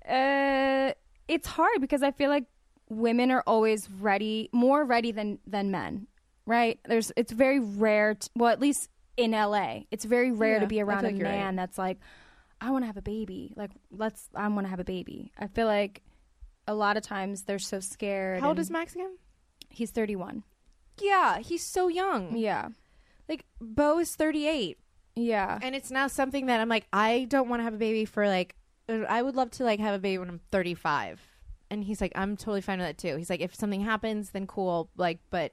D: uh, it's hard because I feel like women are always ready, more ready than than men. Right? There's. It's very rare. To, well, at least in LA, it's very rare
C: Yeah,
D: to be
C: I
D: around a
C: feel like you're right.
D: man that's like, I want to have a baby. Like, let's. I want to have a baby. I feel like a lot of times they're so scared.
C: How old
D: and-
C: is Max again?
D: He's 31.
C: Yeah, he's so young.
D: Yeah.
C: Like Bo is 38.
D: Yeah.
C: and it's now something that I'm like, I don't want to have a baby for like, uh, I would love to like have a baby when I'm 35. And he's like, I'm totally fine with that too. He's like, if something happens, then cool. Like, but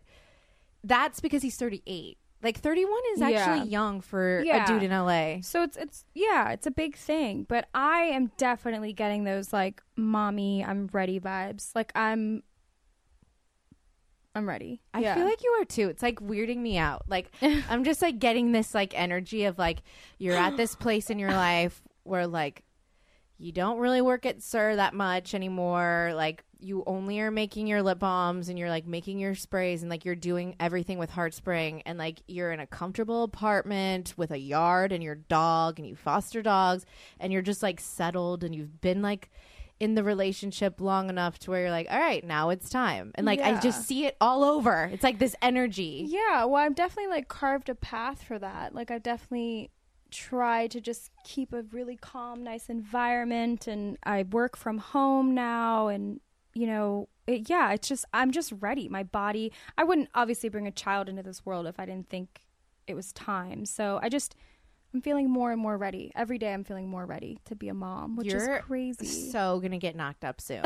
C: that's because he's 38. Like 31 is
D: Yeah.
C: actually young for
D: Yeah.
C: a dude in LA.
D: So it's it's yeah, it's a big thing, but I am definitely getting those like mommy, I'm ready vibes. Like I'm I'm ready.
C: I feel like you are too. It's like weirding me out. Like I'm just like getting this like energy of like you're at this place in your life where like you don't really work at Sir that much anymore. Like you only are making your lip balms and you're like making your sprays and like you're doing everything with Heartspring and like you're in a comfortable apartment with a yard and your dog and you foster dogs and you're just like settled and you've been like in the relationship long enough to where you're like, all right, now it's time. And like I
D: Yeah.
C: just see it all over. It's like this energy.
D: Yeah, well, I've definitely like carved a path for that. Like I definitely try to just keep a really calm, nice environment and I work from home now and you know, it, yeah, it's just I'm just ready. My body, I wouldn't obviously bring a child into this world if I didn't think it was time. So I just I'm feeling more and more ready. Every day I'm feeling more ready to be a mom, which
C: You're
D: is crazy.
C: So gonna get knocked up soon.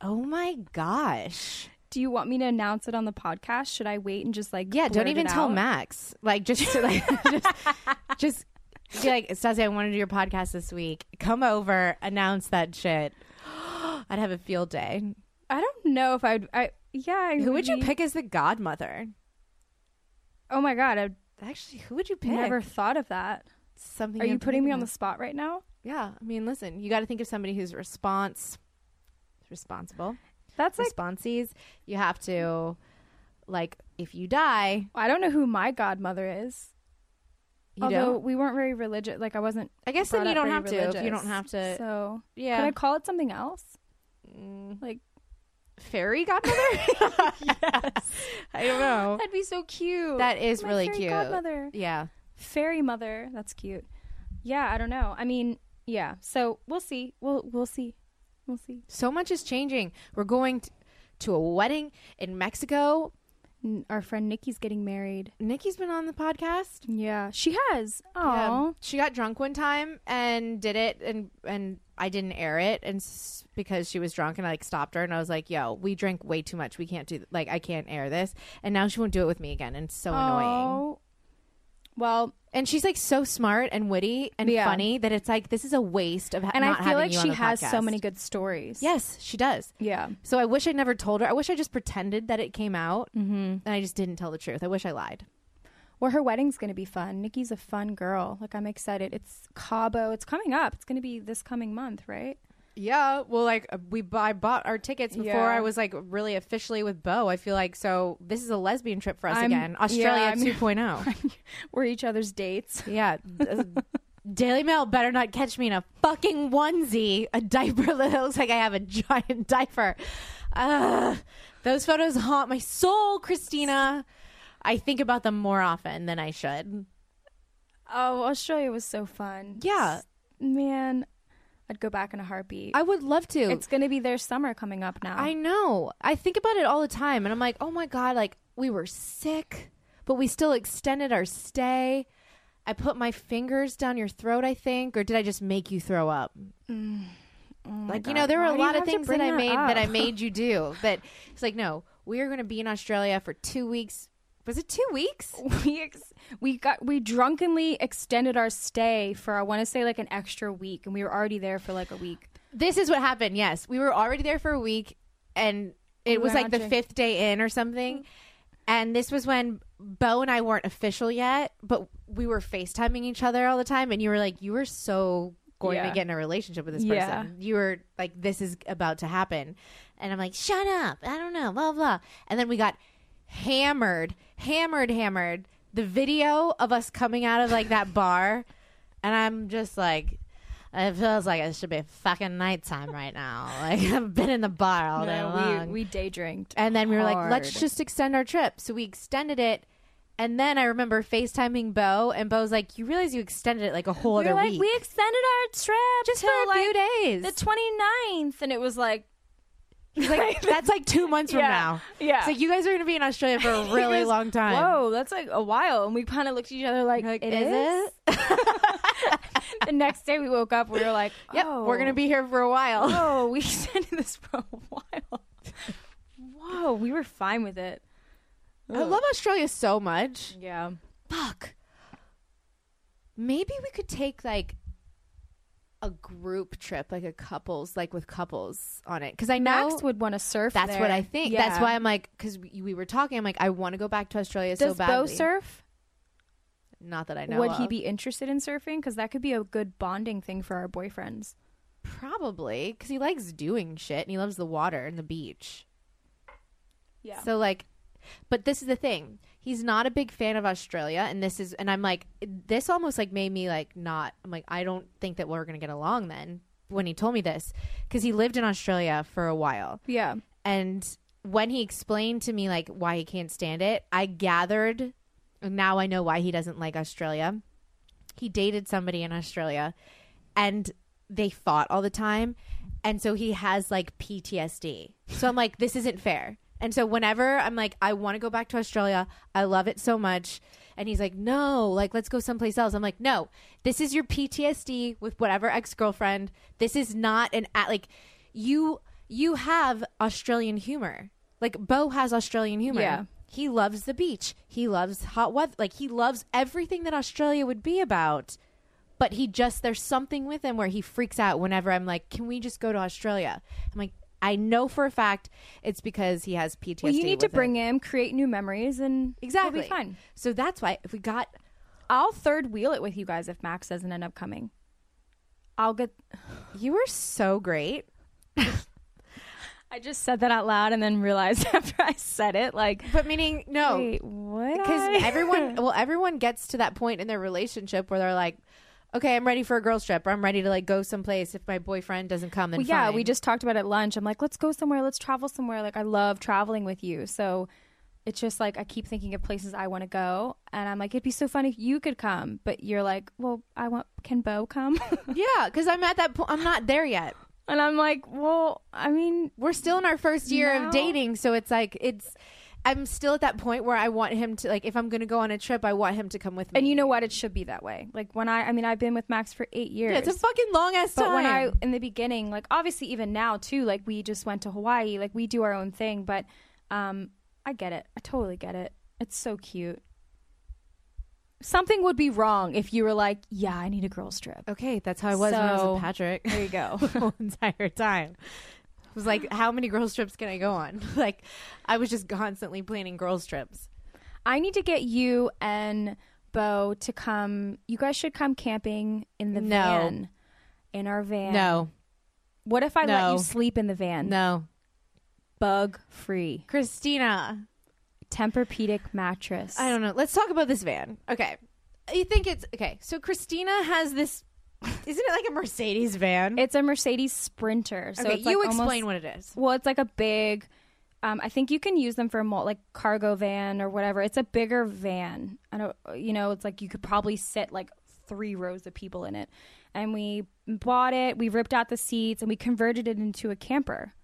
C: oh my gosh.
D: Do you want me to announce it on the podcast? Should I wait and just like
C: Yeah,
D: blurt
C: don't
D: it
C: even tell
D: out?
C: Max. Like just to, like just just be like, Stassi, I want to do your podcast this week. Come over, announce that shit. I'd have a field day.
D: I don't know if I would I yeah, I
C: Who would you
D: really-
C: pick as the godmother?
D: Oh my god, I've
C: Actually, who would you pick?
D: never thought of that.
C: Something.
D: Are
C: I'm
D: you putting me
C: thinking
D: on
C: of.
D: the spot right now?
C: Yeah, I mean, listen, you got to think of somebody who's response, responsible,
D: That's like
C: responses. You have to, like, if you die,
D: I don't know who my godmother is.
C: you
D: Although
C: don't.
D: we weren't very religious, like I wasn't.
C: I guess then
D: brought
C: you
D: up
C: don't
D: very
C: have to. If you
D: religious.
C: don't have to,
D: So could
C: yeah.
D: I call it something else? Like
C: Fairy godmother. yes, I don't know.
D: that'd be so cute.
C: That is
D: My
C: really
D: fairy
C: cute.
D: Godmother,
C: Yeah,
D: fairy mother. That's cute. Yeah, I don't know. I mean, yeah. So we'll see. We'll we'll see. We'll see.
C: so much is changing. We're going t- to a wedding in Mexico.
D: N- Our friend Nikki's getting married.
C: Nikki's been on the podcast.
D: Yeah, she has.
C: Yeah.
D: Oh,
C: She got drunk one time and did it, and and I didn't air it, and s- because she was drunk, and I like stopped her, and I was like, "Yo, we drank way too much. We can't do th- like I can't air this." And now she won't do it with me again, and it's so annoying.
D: Well,
C: And she's like so smart and witty and
D: Yeah.
C: funny that it's like this is a waste of. Ha-
D: and
C: not
D: I feel
C: having
D: like
C: you on
D: she
C: the
D: has so
C: podcast.
D: many good stories.
C: Yes, she does.
D: Yeah.
C: So I wish I never told her. I wish I just pretended that it came out, mm-hmm. and I just didn't tell the truth. I wish I lied.
D: Well, her wedding's going to be fun. Nikki's a fun girl. Like, I'm excited. It's Cabo. It's coming up. It's going to be this coming month, right?
C: Yeah, well, like uh, we, bu- I bought our tickets before
D: Yeah.
C: I was like really officially with Bo. I feel like so this is a lesbian trip for us
D: I'm-
C: again.
D: yeah,
C: Australia
D: I'm-
C: 2.0.
D: We're each other's dates.
C: yeah, uh, Daily Mail better not catch me in a fucking onesie, a diaper that looks like I have a giant diaper. Ugh. those photos haunt my soul, Christina. I think about them more often than I should.
D: Oh, Australia was so fun.
C: Yeah.
D: S- Man, I'd go back in a heartbeat.
C: I would love to.
D: it's going to be their summer coming up now.
C: I know. I think about it all the time, and I'm like, oh my god, like we were sick, but we still extended our stay. I put my fingers down your throat, I think, or did I just make you throw up?
D: Mm.
C: like you know, there were
D: Oh Why
C: a
D: do you
C: lot of
D: have to
C: things that
D: bring
C: I
D: that
C: made
D: up?
C: that I made you do, but it's like, no, we are going to be in Australia for two weeks. Was it two weeks?
D: we ex- we got we drunkenly extended our stay for I want to say like an extra week, and we were already there for like a week.
C: This is what happened. Yes, we were already there for a week, and it was
D: went
C: like
D: on
C: the
D: to-
C: fifth day in or something. And this was when Bo and I weren't official yet, but we were FaceTiming each other all the time. And you were like, "You were so going
D: Yeah.
C: to get in a relationship with this
D: Yeah.
C: person. You were like, this is about to happen." And I'm like, "Shut up! I don't know." Blah blah. And then we got hammered, hammered, hammered. The video of us coming out of like that bar, and I'm just like, it feels like it should be fucking nighttime right now. Like I've been in the bar all day long.
D: we we day drinked,
C: and then we were like, let's
D: hard.
C: just extend our trip. So we extended it. And then I remember FaceTiming Bo, and Bo's like, "You realize you extended it like a whole
D: we
C: other
D: were like
C: week,
D: we extended our trip
C: just
D: till,
C: for a
D: like,
C: few days."
D: the 29th and it was like
C: It's like, that's like two months from
D: Yeah,
C: now.
D: yeah.
C: it's like you guys are going to be in Australia for a really
D: Because,
C: long time.
D: Whoa, that's like a while. And we kind of looked at each other like,
C: Like,
D: it
C: is
D: is. the next day we woke up, we were like,
C: Yep,
D: oh,
C: we're going to be here for a while.
D: Oh, we extended this for a while. Whoa, we were fine with it.
C: I love Australia so much.
D: Yeah.
C: fuck. Maybe we could take like a group trip, like a couples, like with couples on it. Because I know
D: Max would want to surf.
C: that's
D: there.
C: what I think. That's
D: Yeah.
C: why I'm like, because we, we were talking, I'm like, I want to go back to Australia so
D: Does Bo
C: badly.
D: surf?
C: Not that I know.
D: would he
C: of.
D: be interested in surfing? Because that could be a good bonding thing for our boyfriends.
C: probably? Because he likes doing shit and he loves the water and the beach.
D: Yeah.
C: So like, but this is the thing. He's not a big fan of Australia, and this is, and I'm like, this almost like made me like not. I'm like, I don't think that we're gonna get along then. When he told me this, because he lived in Australia for a while,
D: Yeah.
C: and when he explained to me like why he can't stand it, I gathered. and Now I know why he doesn't like Australia. He dated somebody in Australia, and they fought all the time, and so he has like PTSD. So I'm like, this isn't fair. And so whenever I'm like, I want to go back to Australia, I love it so much. And he's like, no, like, let's go someplace else. I'm like, no, this is your PTSD with whatever ex girlfriend. This is not an, at like, you you have Australian humor. Like Bo has Australian humor.
D: Yeah.
C: He loves the beach. He loves hot weather. Like he loves everything that Australia would be about. But he just there's something with him where he freaks out whenever I'm like, "Can we just go to Australia?" I'm like, "I know for a fact it's because he has PTSD."
D: Well, you need to
C: with it.
D: bring him, create new memories, and
C: exactly
D: we'll be fine.
C: So that's why if we got
D: I'll third wheel it with you guys if Max doesn't end up coming. I'll get.
C: you were so great.
D: I just said that out loud and then realized after I said it, like,
C: But meaning no,
D: wait, what?
C: because
D: I-
C: everyone well everyone gets to that point in their relationship where they're like okay i'm ready for a girls trip or i'm ready to like go someplace if my boyfriend doesn't come then
D: Well, yeah,
C: fine."
D: we just talked about it at lunch. I'm like, let's go somewhere, let's travel somewhere. Like, I love traveling with you. So it's just like, I keep thinking of places I want to go. And I'm like, it'd be so fun if you could come. But you're like, well, I want, can Bo come?
C: yeah because i'm at that point i'm not there yet
D: and I'm like, well, I mean,
C: we're still in our first year
D: No.
C: of dating so it's like it's i'm still at that point where i want him to like if i'm gonna go on a trip i want him to come with me
D: and you know what? It should be that way. Like, when I, I mean, I've been with Max for eight years.
C: yeah, it's a fucking long ass time
D: But when I in the beginning, like obviously even now too, like we just went to Hawaii, like we do our own thing, but um I get it. I totally get it. It's so cute. Something would be wrong if you were like, "Yeah, I need a girls trip."
C: okay that's how i was when i was
D: So-
C: with patrick
D: There you go.
C: whole entire time. It was like, how many girls trips can I go on? Like, I was just constantly planning girls trips.
D: I need to get you and Bo to come. You guys should come camping in the
C: No.
D: van. In our van.
C: No,
D: What if I let
C: No.
D: you sleep in the van?
C: no,
D: Bug free.
C: Christina.
D: Tempur-Pedic mattress.
C: I don't know. Let's talk about this van. Okay, you think it's okay? So Christina has this. Isn't it like a Mercedes van?
D: It's a Mercedes Sprinter. So
C: okay,
D: it's like
C: you
D: almost-
C: explain what it is.
D: Well, it's like a big. Um, I think you can use them for a mul- like cargo van or whatever. It's a bigger van. I don't, you know, it's like you could probably sit like three rows of people in it. And we bought it. We ripped out the seats and we converted it into a camper,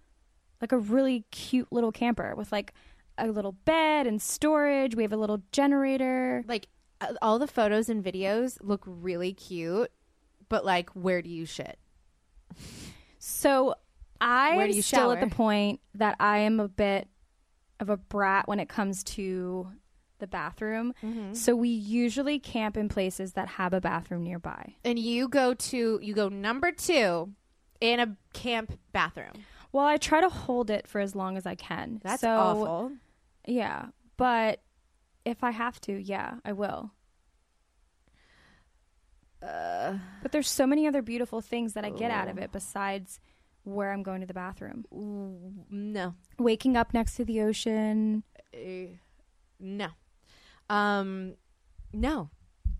D: like a really cute little camper with like a little bed and storage. We have a little generator.
C: Like uh, all the photos and videos look really cute, but like, where do you shit?
D: So I
C: Where
D: am
C: do you
D: still at
C: shower?
D: the point that I am a bit of a brat when it comes to the bathroom.
C: Mm-hmm.
D: So we usually camp in places that have a bathroom nearby.
C: And you go to you go number two in a camp bathroom.
D: Well, I try to hold it for as long as I can.
C: That's
D: So,
C: awful.
D: Yeah, but if I have to, yeah, I will.
C: Uh.
D: but there's so many other beautiful things that I get out of it besides where I'm going to the bathroom.
C: No,
D: Waking up next to the ocean.
C: no, um, no.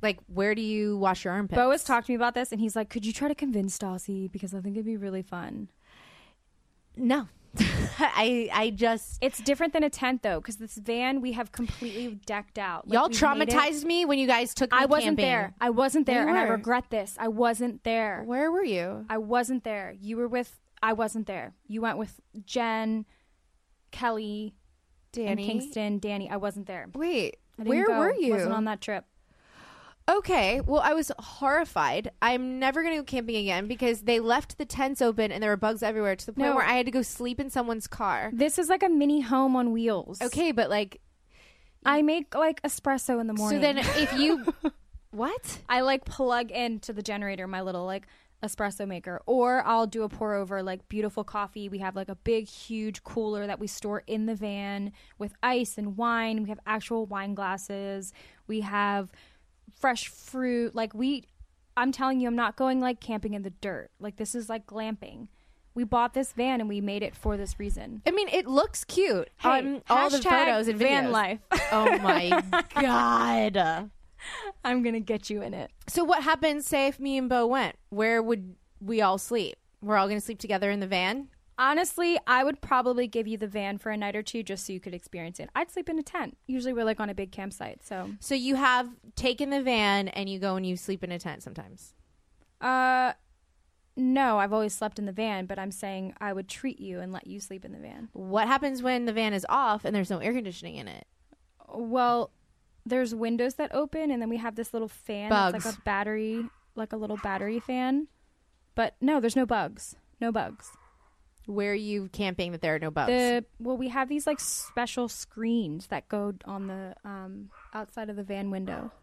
C: Like, where do you wash your armpits?
D: Bo has talked to me about this, and he's like, "Could you try to convince Stassi? Because I think it'd be really fun."
C: No, I I just
D: It's different than a tent, though, because this van we have completely decked out. Like,
C: y'all
D: we've made it-
C: traumatized me when you guys took. Me
D: I wasn't
C: camping.
D: there. I wasn't there,
C: You
D: and I
C: were.
D: regret this. I wasn't there.
C: Where were you?
D: I wasn't there. You were with. I wasn't there. You went with Jen, Kelly,
C: Danny?
D: and Kingston, Danny. I wasn't there.
C: Wait,
D: I didn't
C: where
D: go.
C: were you?
D: Wasn't on that trip.
C: Okay, well, I was horrified. I'm never going to go camping again because they left the tents open and there were bugs everywhere to the point
D: No.
C: where I had to go sleep in someone's car.
D: This is like a mini home on wheels.
C: Okay, but like,
D: I make like espresso in the morning.
C: so then if you. what?
D: I like plug into the generator my little like espresso maker or I'll do a pour over like beautiful coffee. We have like a big huge cooler that we store in the van with ice and wine. We have actual wine glasses. We have fresh fruit. Like we I'm telling you I'm not going like camping in the dirt. Like this is like glamping. We bought this van and we made it for this reason. Um,
C: I mean, it looks cute on all the
D: hashtag
C: photos and videos.
D: van life.
C: oh my God.
D: I'm going to get you in it.
C: So what happens, say, if me and Bo went? Where would we all sleep? We're all going to sleep together in the van?
D: Honestly, I would probably give you the van for a night or two just so you could experience it. I'd sleep in a tent. Usually we're like on a big campsite, so
C: So you have taken the van and you go and you sleep in a tent sometimes.
D: uh no, I've always slept in the van, but I'm saying I would treat you and let you sleep in the van.
C: What happens when the van is off and there's no air conditioning in it?
D: Well, there's windows that open and then we have this little fan that's like
C: Bugs.
D: a battery, like a little battery fan. But no, there's no bugs. No bugs.
C: Where are you camping that there are no bugs?
D: The well, we have these like special screens that go on the um, outside of the van window.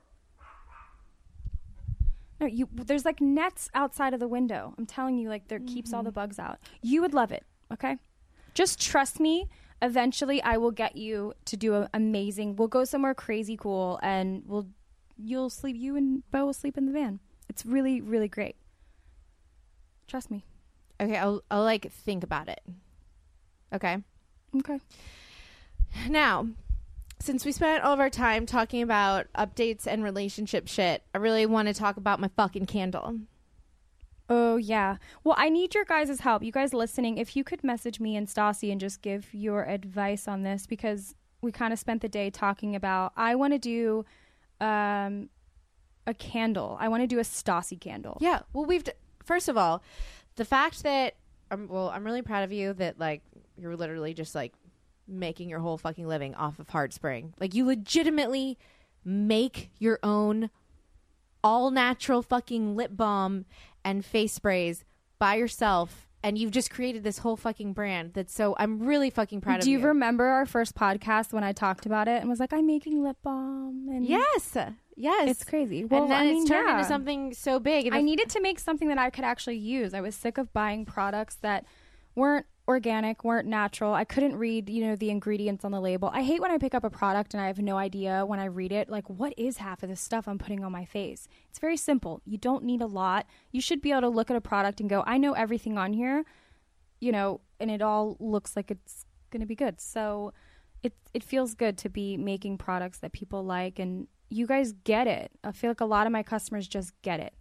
D: No, you. There's like nets outside of the window. I'm telling you, like, there keeps all the bugs out. You would love it. Okay, just trust me. Eventually, I will get you to do a, amazing. We'll go somewhere crazy cool, and we'll you'll sleep. You and Bo will sleep in the van. It's really, really great. Trust me.
C: okay, I'll, I'll like think about it. Okay.
D: Okay.
C: Now, since we spent all of our time talking about updates and relationship shit, I really want to talk about my fucking candle.
D: Oh yeah. Well, I need your guys' help. You guys listening, if you could message me and Stassi and just give your advice on this because we kind of spent the day talking about I want to do um a candle. I want to do a Stassi candle.
C: Yeah. Well, we've d- first of all, the fact that um, well, I'm really proud of you that like you're literally just like making your whole fucking living off of hard spring. Like you legitimately make your own all natural fucking lip balm and face sprays by yourself and you've just created this whole fucking brand that's so I'm really fucking proud of
D: Do you remember our first podcast when I talked about it and was like I'm making lip balm and
C: yes. Yes.
D: It's crazy. Well,
C: and then
D: I mean,
C: it's turned
D: yeah.
C: into something so big. And
D: I
C: the
D: needed to make something that I could actually use. I was sick of buying products that weren't organic, weren't natural. I couldn't read, you know, the ingredients on the label. I hate when I pick up a product and I have no idea when I read it, like, what is half of this stuff I'm putting on my face? It's very simple. You don't need a lot. You should be able to look at a product and go, I know everything on here, you know, and it all looks like it's going to be good. So it, it feels good to be making products that people like and you guys get it. I feel like a lot of my customers just get it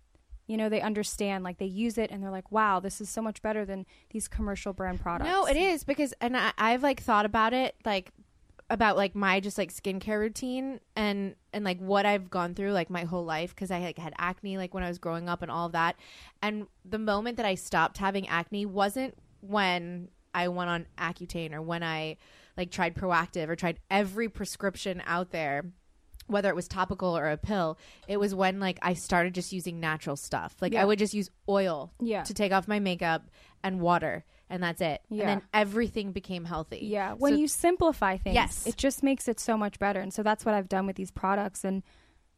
D: you know they understand like they use it and they're like wow this is so much better than these commercial brand products
C: No, it is because, and I, I've like thought about it, like about like my just like skincare routine and and like what I've gone through like my whole life because I like had acne like when I was growing up and all of that, and the moment that I stopped having acne wasn't when I went on Accutane or when I like tried Proactive or tried every prescription out there whether it was topical or a pill, it was when like I started just using natural stuff. Like I would just use oil
D: Yeah.
C: to take off my makeup and water and that's it. And
D: Yeah.
C: then everything became healthy.
D: yeah when
C: So-
D: you simplify things
C: Yes.
D: it just makes it so much better and so that's what i've done with these products and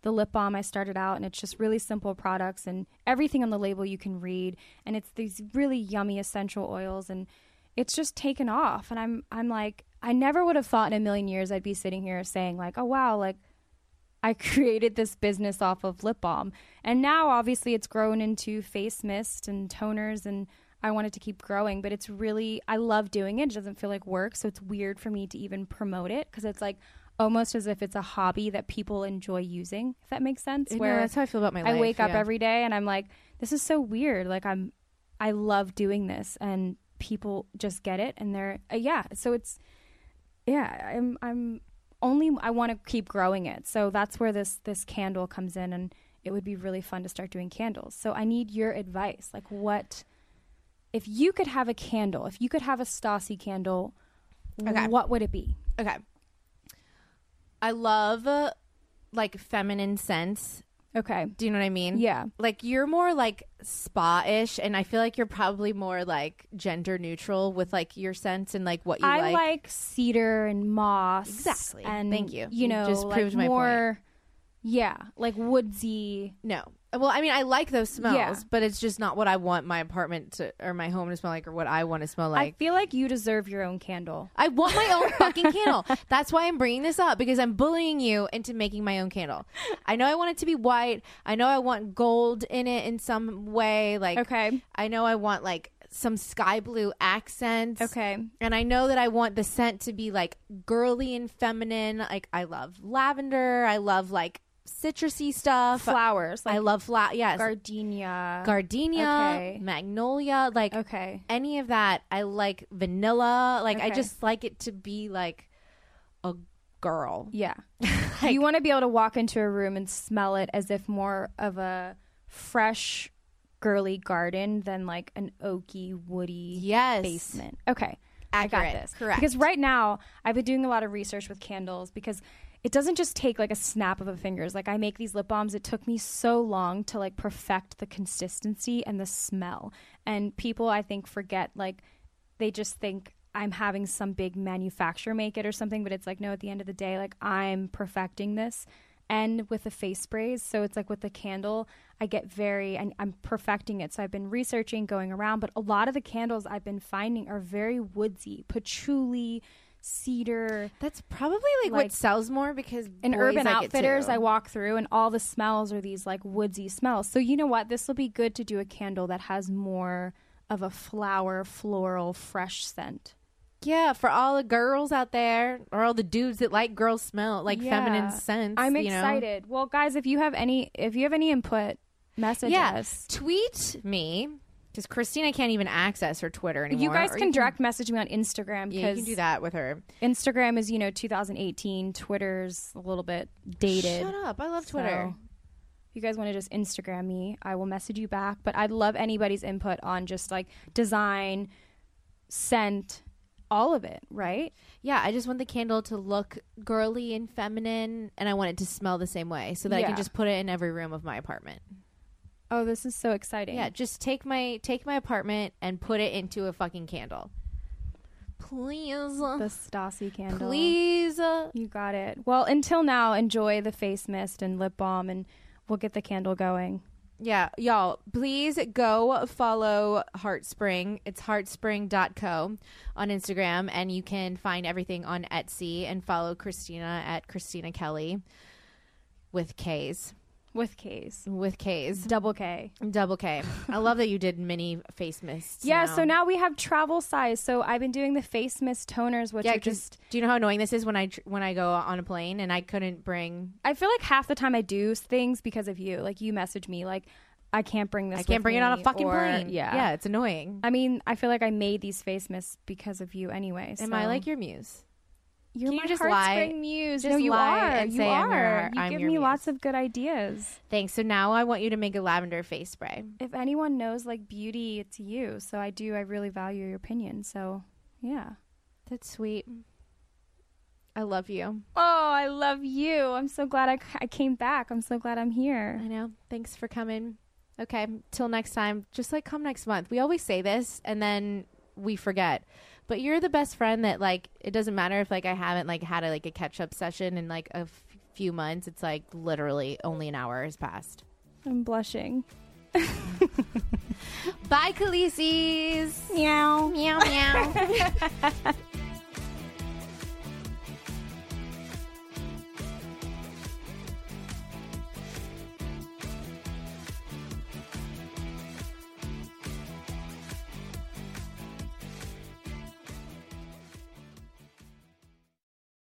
D: the lip balm i started out and it's just really simple products and everything on the label you can read and it's these really yummy essential oils and it's just taken off and i'm i'm like i never would have thought in a million years i'd be sitting here saying like oh wow like I created this business off of lip balm. And now obviously it's grown into face mist and toners and I want it to keep growing, but it's really I love doing it. It doesn't feel like work, so it's weird for me to even promote it cuz it's like almost as if it's a hobby that people enjoy using, if that makes sense.
C: No, that's how I feel about my
D: I
C: life,
D: wake up
C: yeah.
D: every day and I'm like, this is so weird. Like I'm I love doing this and people just get it and they're uh, yeah, so it's yeah, I'm I'm only I want to keep growing it. So that's where this this candle comes in and it would be really fun to start doing candles. So I need your advice. Like what if you could have a candle, if you could have a Stasi candle,
C: Okay.
D: what would it be?
C: Okay. I love uh, like feminine scents.
D: Okay.
C: Do you know what I mean?
D: Yeah.
C: Like you're more like spa ish, and I feel like you're probably more like gender neutral with like your scents and like what you
D: I
C: like.
D: like, cedar and moss.
C: Exactly.
D: And
C: Thank you.
D: You
C: You
D: know,
C: just
D: like
C: proved my point.
D: more, Yeah, like woodsy.
C: No. Well, I mean, I like those smells,
D: Yeah.
C: but it's just not what I want my apartment to or my home to smell like, or what I want to smell
D: I
C: like.
D: feel like you deserve your own candle.
C: I want my own fucking candle. That's why I'm bringing this up because I'm bullying you into making my own candle. I know I want it to be white. I know I want gold in it in some way. Like,
D: Okay.
C: I know I want like some sky blue accents.
D: Okay.
C: And I know that I want the scent to be like girly and feminine. Like, I love lavender. I love like citrusy stuff.
D: Flowers. Like
C: I love flower. Yes. Uh,
D: gardenia.
C: gardenia,
D: Okay.
C: magnolia, like
D: Okay.
C: any of that. I like vanilla. Like I
D: Okay.
C: just like it to be like a girl.
D: Yeah. you want to be able to walk into a room and smell it as if more of a fresh, girly garden than like an oaky, woody
C: Yes.
D: basement. Okay. I got
C: Accurate.
D: this.
C: Correct.
D: Because right now, I've been doing a lot of research with candles because it doesn't just take like a snap of a fingers. Like I make these lip balms, it took me so long to like perfect the consistency and the smell. And people, I think, forget like they just think I'm having some big manufacturer make it or something, but it's like, no, at the end of the day, like I'm perfecting this. And with the face sprays, so it's like with the candle, I get very, and I'm perfecting it. So I've been researching, going around, but a lot of the candles I've been finding are very woodsy, patchouli, cedar.
C: That's probably like,
D: Like,
C: what sells more because
D: In
C: boys
D: Urban
C: like it
D: Outfitters,
C: too.
D: I walk through, and all the smells are these like woodsy smells. So you know what? This will be good to do a candle that has more of a flower, floral, fresh scent.
C: yeah for all the girls out there or all the dudes that like girl smell like
D: Yeah.
C: feminine scents.
D: I'm
C: you know?
D: excited. Well, guys, if you have any if you have any input, message us.
C: Yeah, tweet me because Christina can't even access her Twitter anymore.
D: You guys
C: or
D: can direct message me on Instagram
C: Yeah, you
D: because
C: can do that with her.
D: Instagram is you know 2018. Twitter's a little bit dated.
C: Shut up! I love Twitter.
D: So, if you guys want to just Instagram me, I will message you back. But I'd love anybody's input on just like design, scent, all of it. Right?
C: Yeah, I just want the candle to look girly and feminine, and I want it to smell the same way so that I
D: Yeah.
C: can just put it in every room of my apartment.
D: Oh, this is so exciting.
C: Yeah, just take my take my apartment and put it into a fucking candle. Please,
D: the Stassi candle.
C: please.
D: You got it. Well, until now, enjoy the face mist and lip balm, and we'll get the candle going.
C: Yeah, y'all, please go follow Heartspring. It's heartspring.co on Instagram, and you can find everything on Etsy and follow Christina at Christina Kelly with K's.
D: with K's.
C: With K's.
D: Double K.
C: Double K. I love that you did mini face mists.
D: Yeah, so now we have travel size. So I've been doing the face mist toners, which
C: Yeah,
D: are
C: 'cause
D: just
C: do you know how annoying this is when I tr- when I go on a plane and I couldn't bring
D: I feel like half the time I do things because of you. Like you message me like I can't bring this.
C: I can't
D: with
C: bring it on a
D: me,"
C: fucking
D: or-
C: plane.
D: Yeah.
C: yeah, it's annoying.
D: I mean, I feel like I made these face mists because of you anyway.
C: Am I
D: so-
C: like your muse?
D: You're
C: Can
D: my
C: you just lie-
D: heartspring muse.
C: just
D: no, you
C: lie
D: are.
C: and
D: you
C: say I'm your-
D: are. you
C: I'm
D: give
C: your
D: me
C: muse.
D: lots of good ideas.
C: Thanks. So now I want you to make a lavender face spray.
D: If anyone knows like beauty, it's you. So I do. I really value your opinion. So yeah.
C: That's sweet. I love you.
D: Oh, I love you. I'm so glad I, c- I came back. I'm so glad I'm here.
C: I know. Thanks for coming. Okay. Till next time. Just like come next month. We always say this and then we forget. But you're the best friend that like it doesn't matter if like I haven't like had a, like a catch up session in like a f- few months. It's like literally only an hour has passed.
D: I'm blushing.
C: Bye, Khaleesi's.
D: Meow.
C: Meow meow.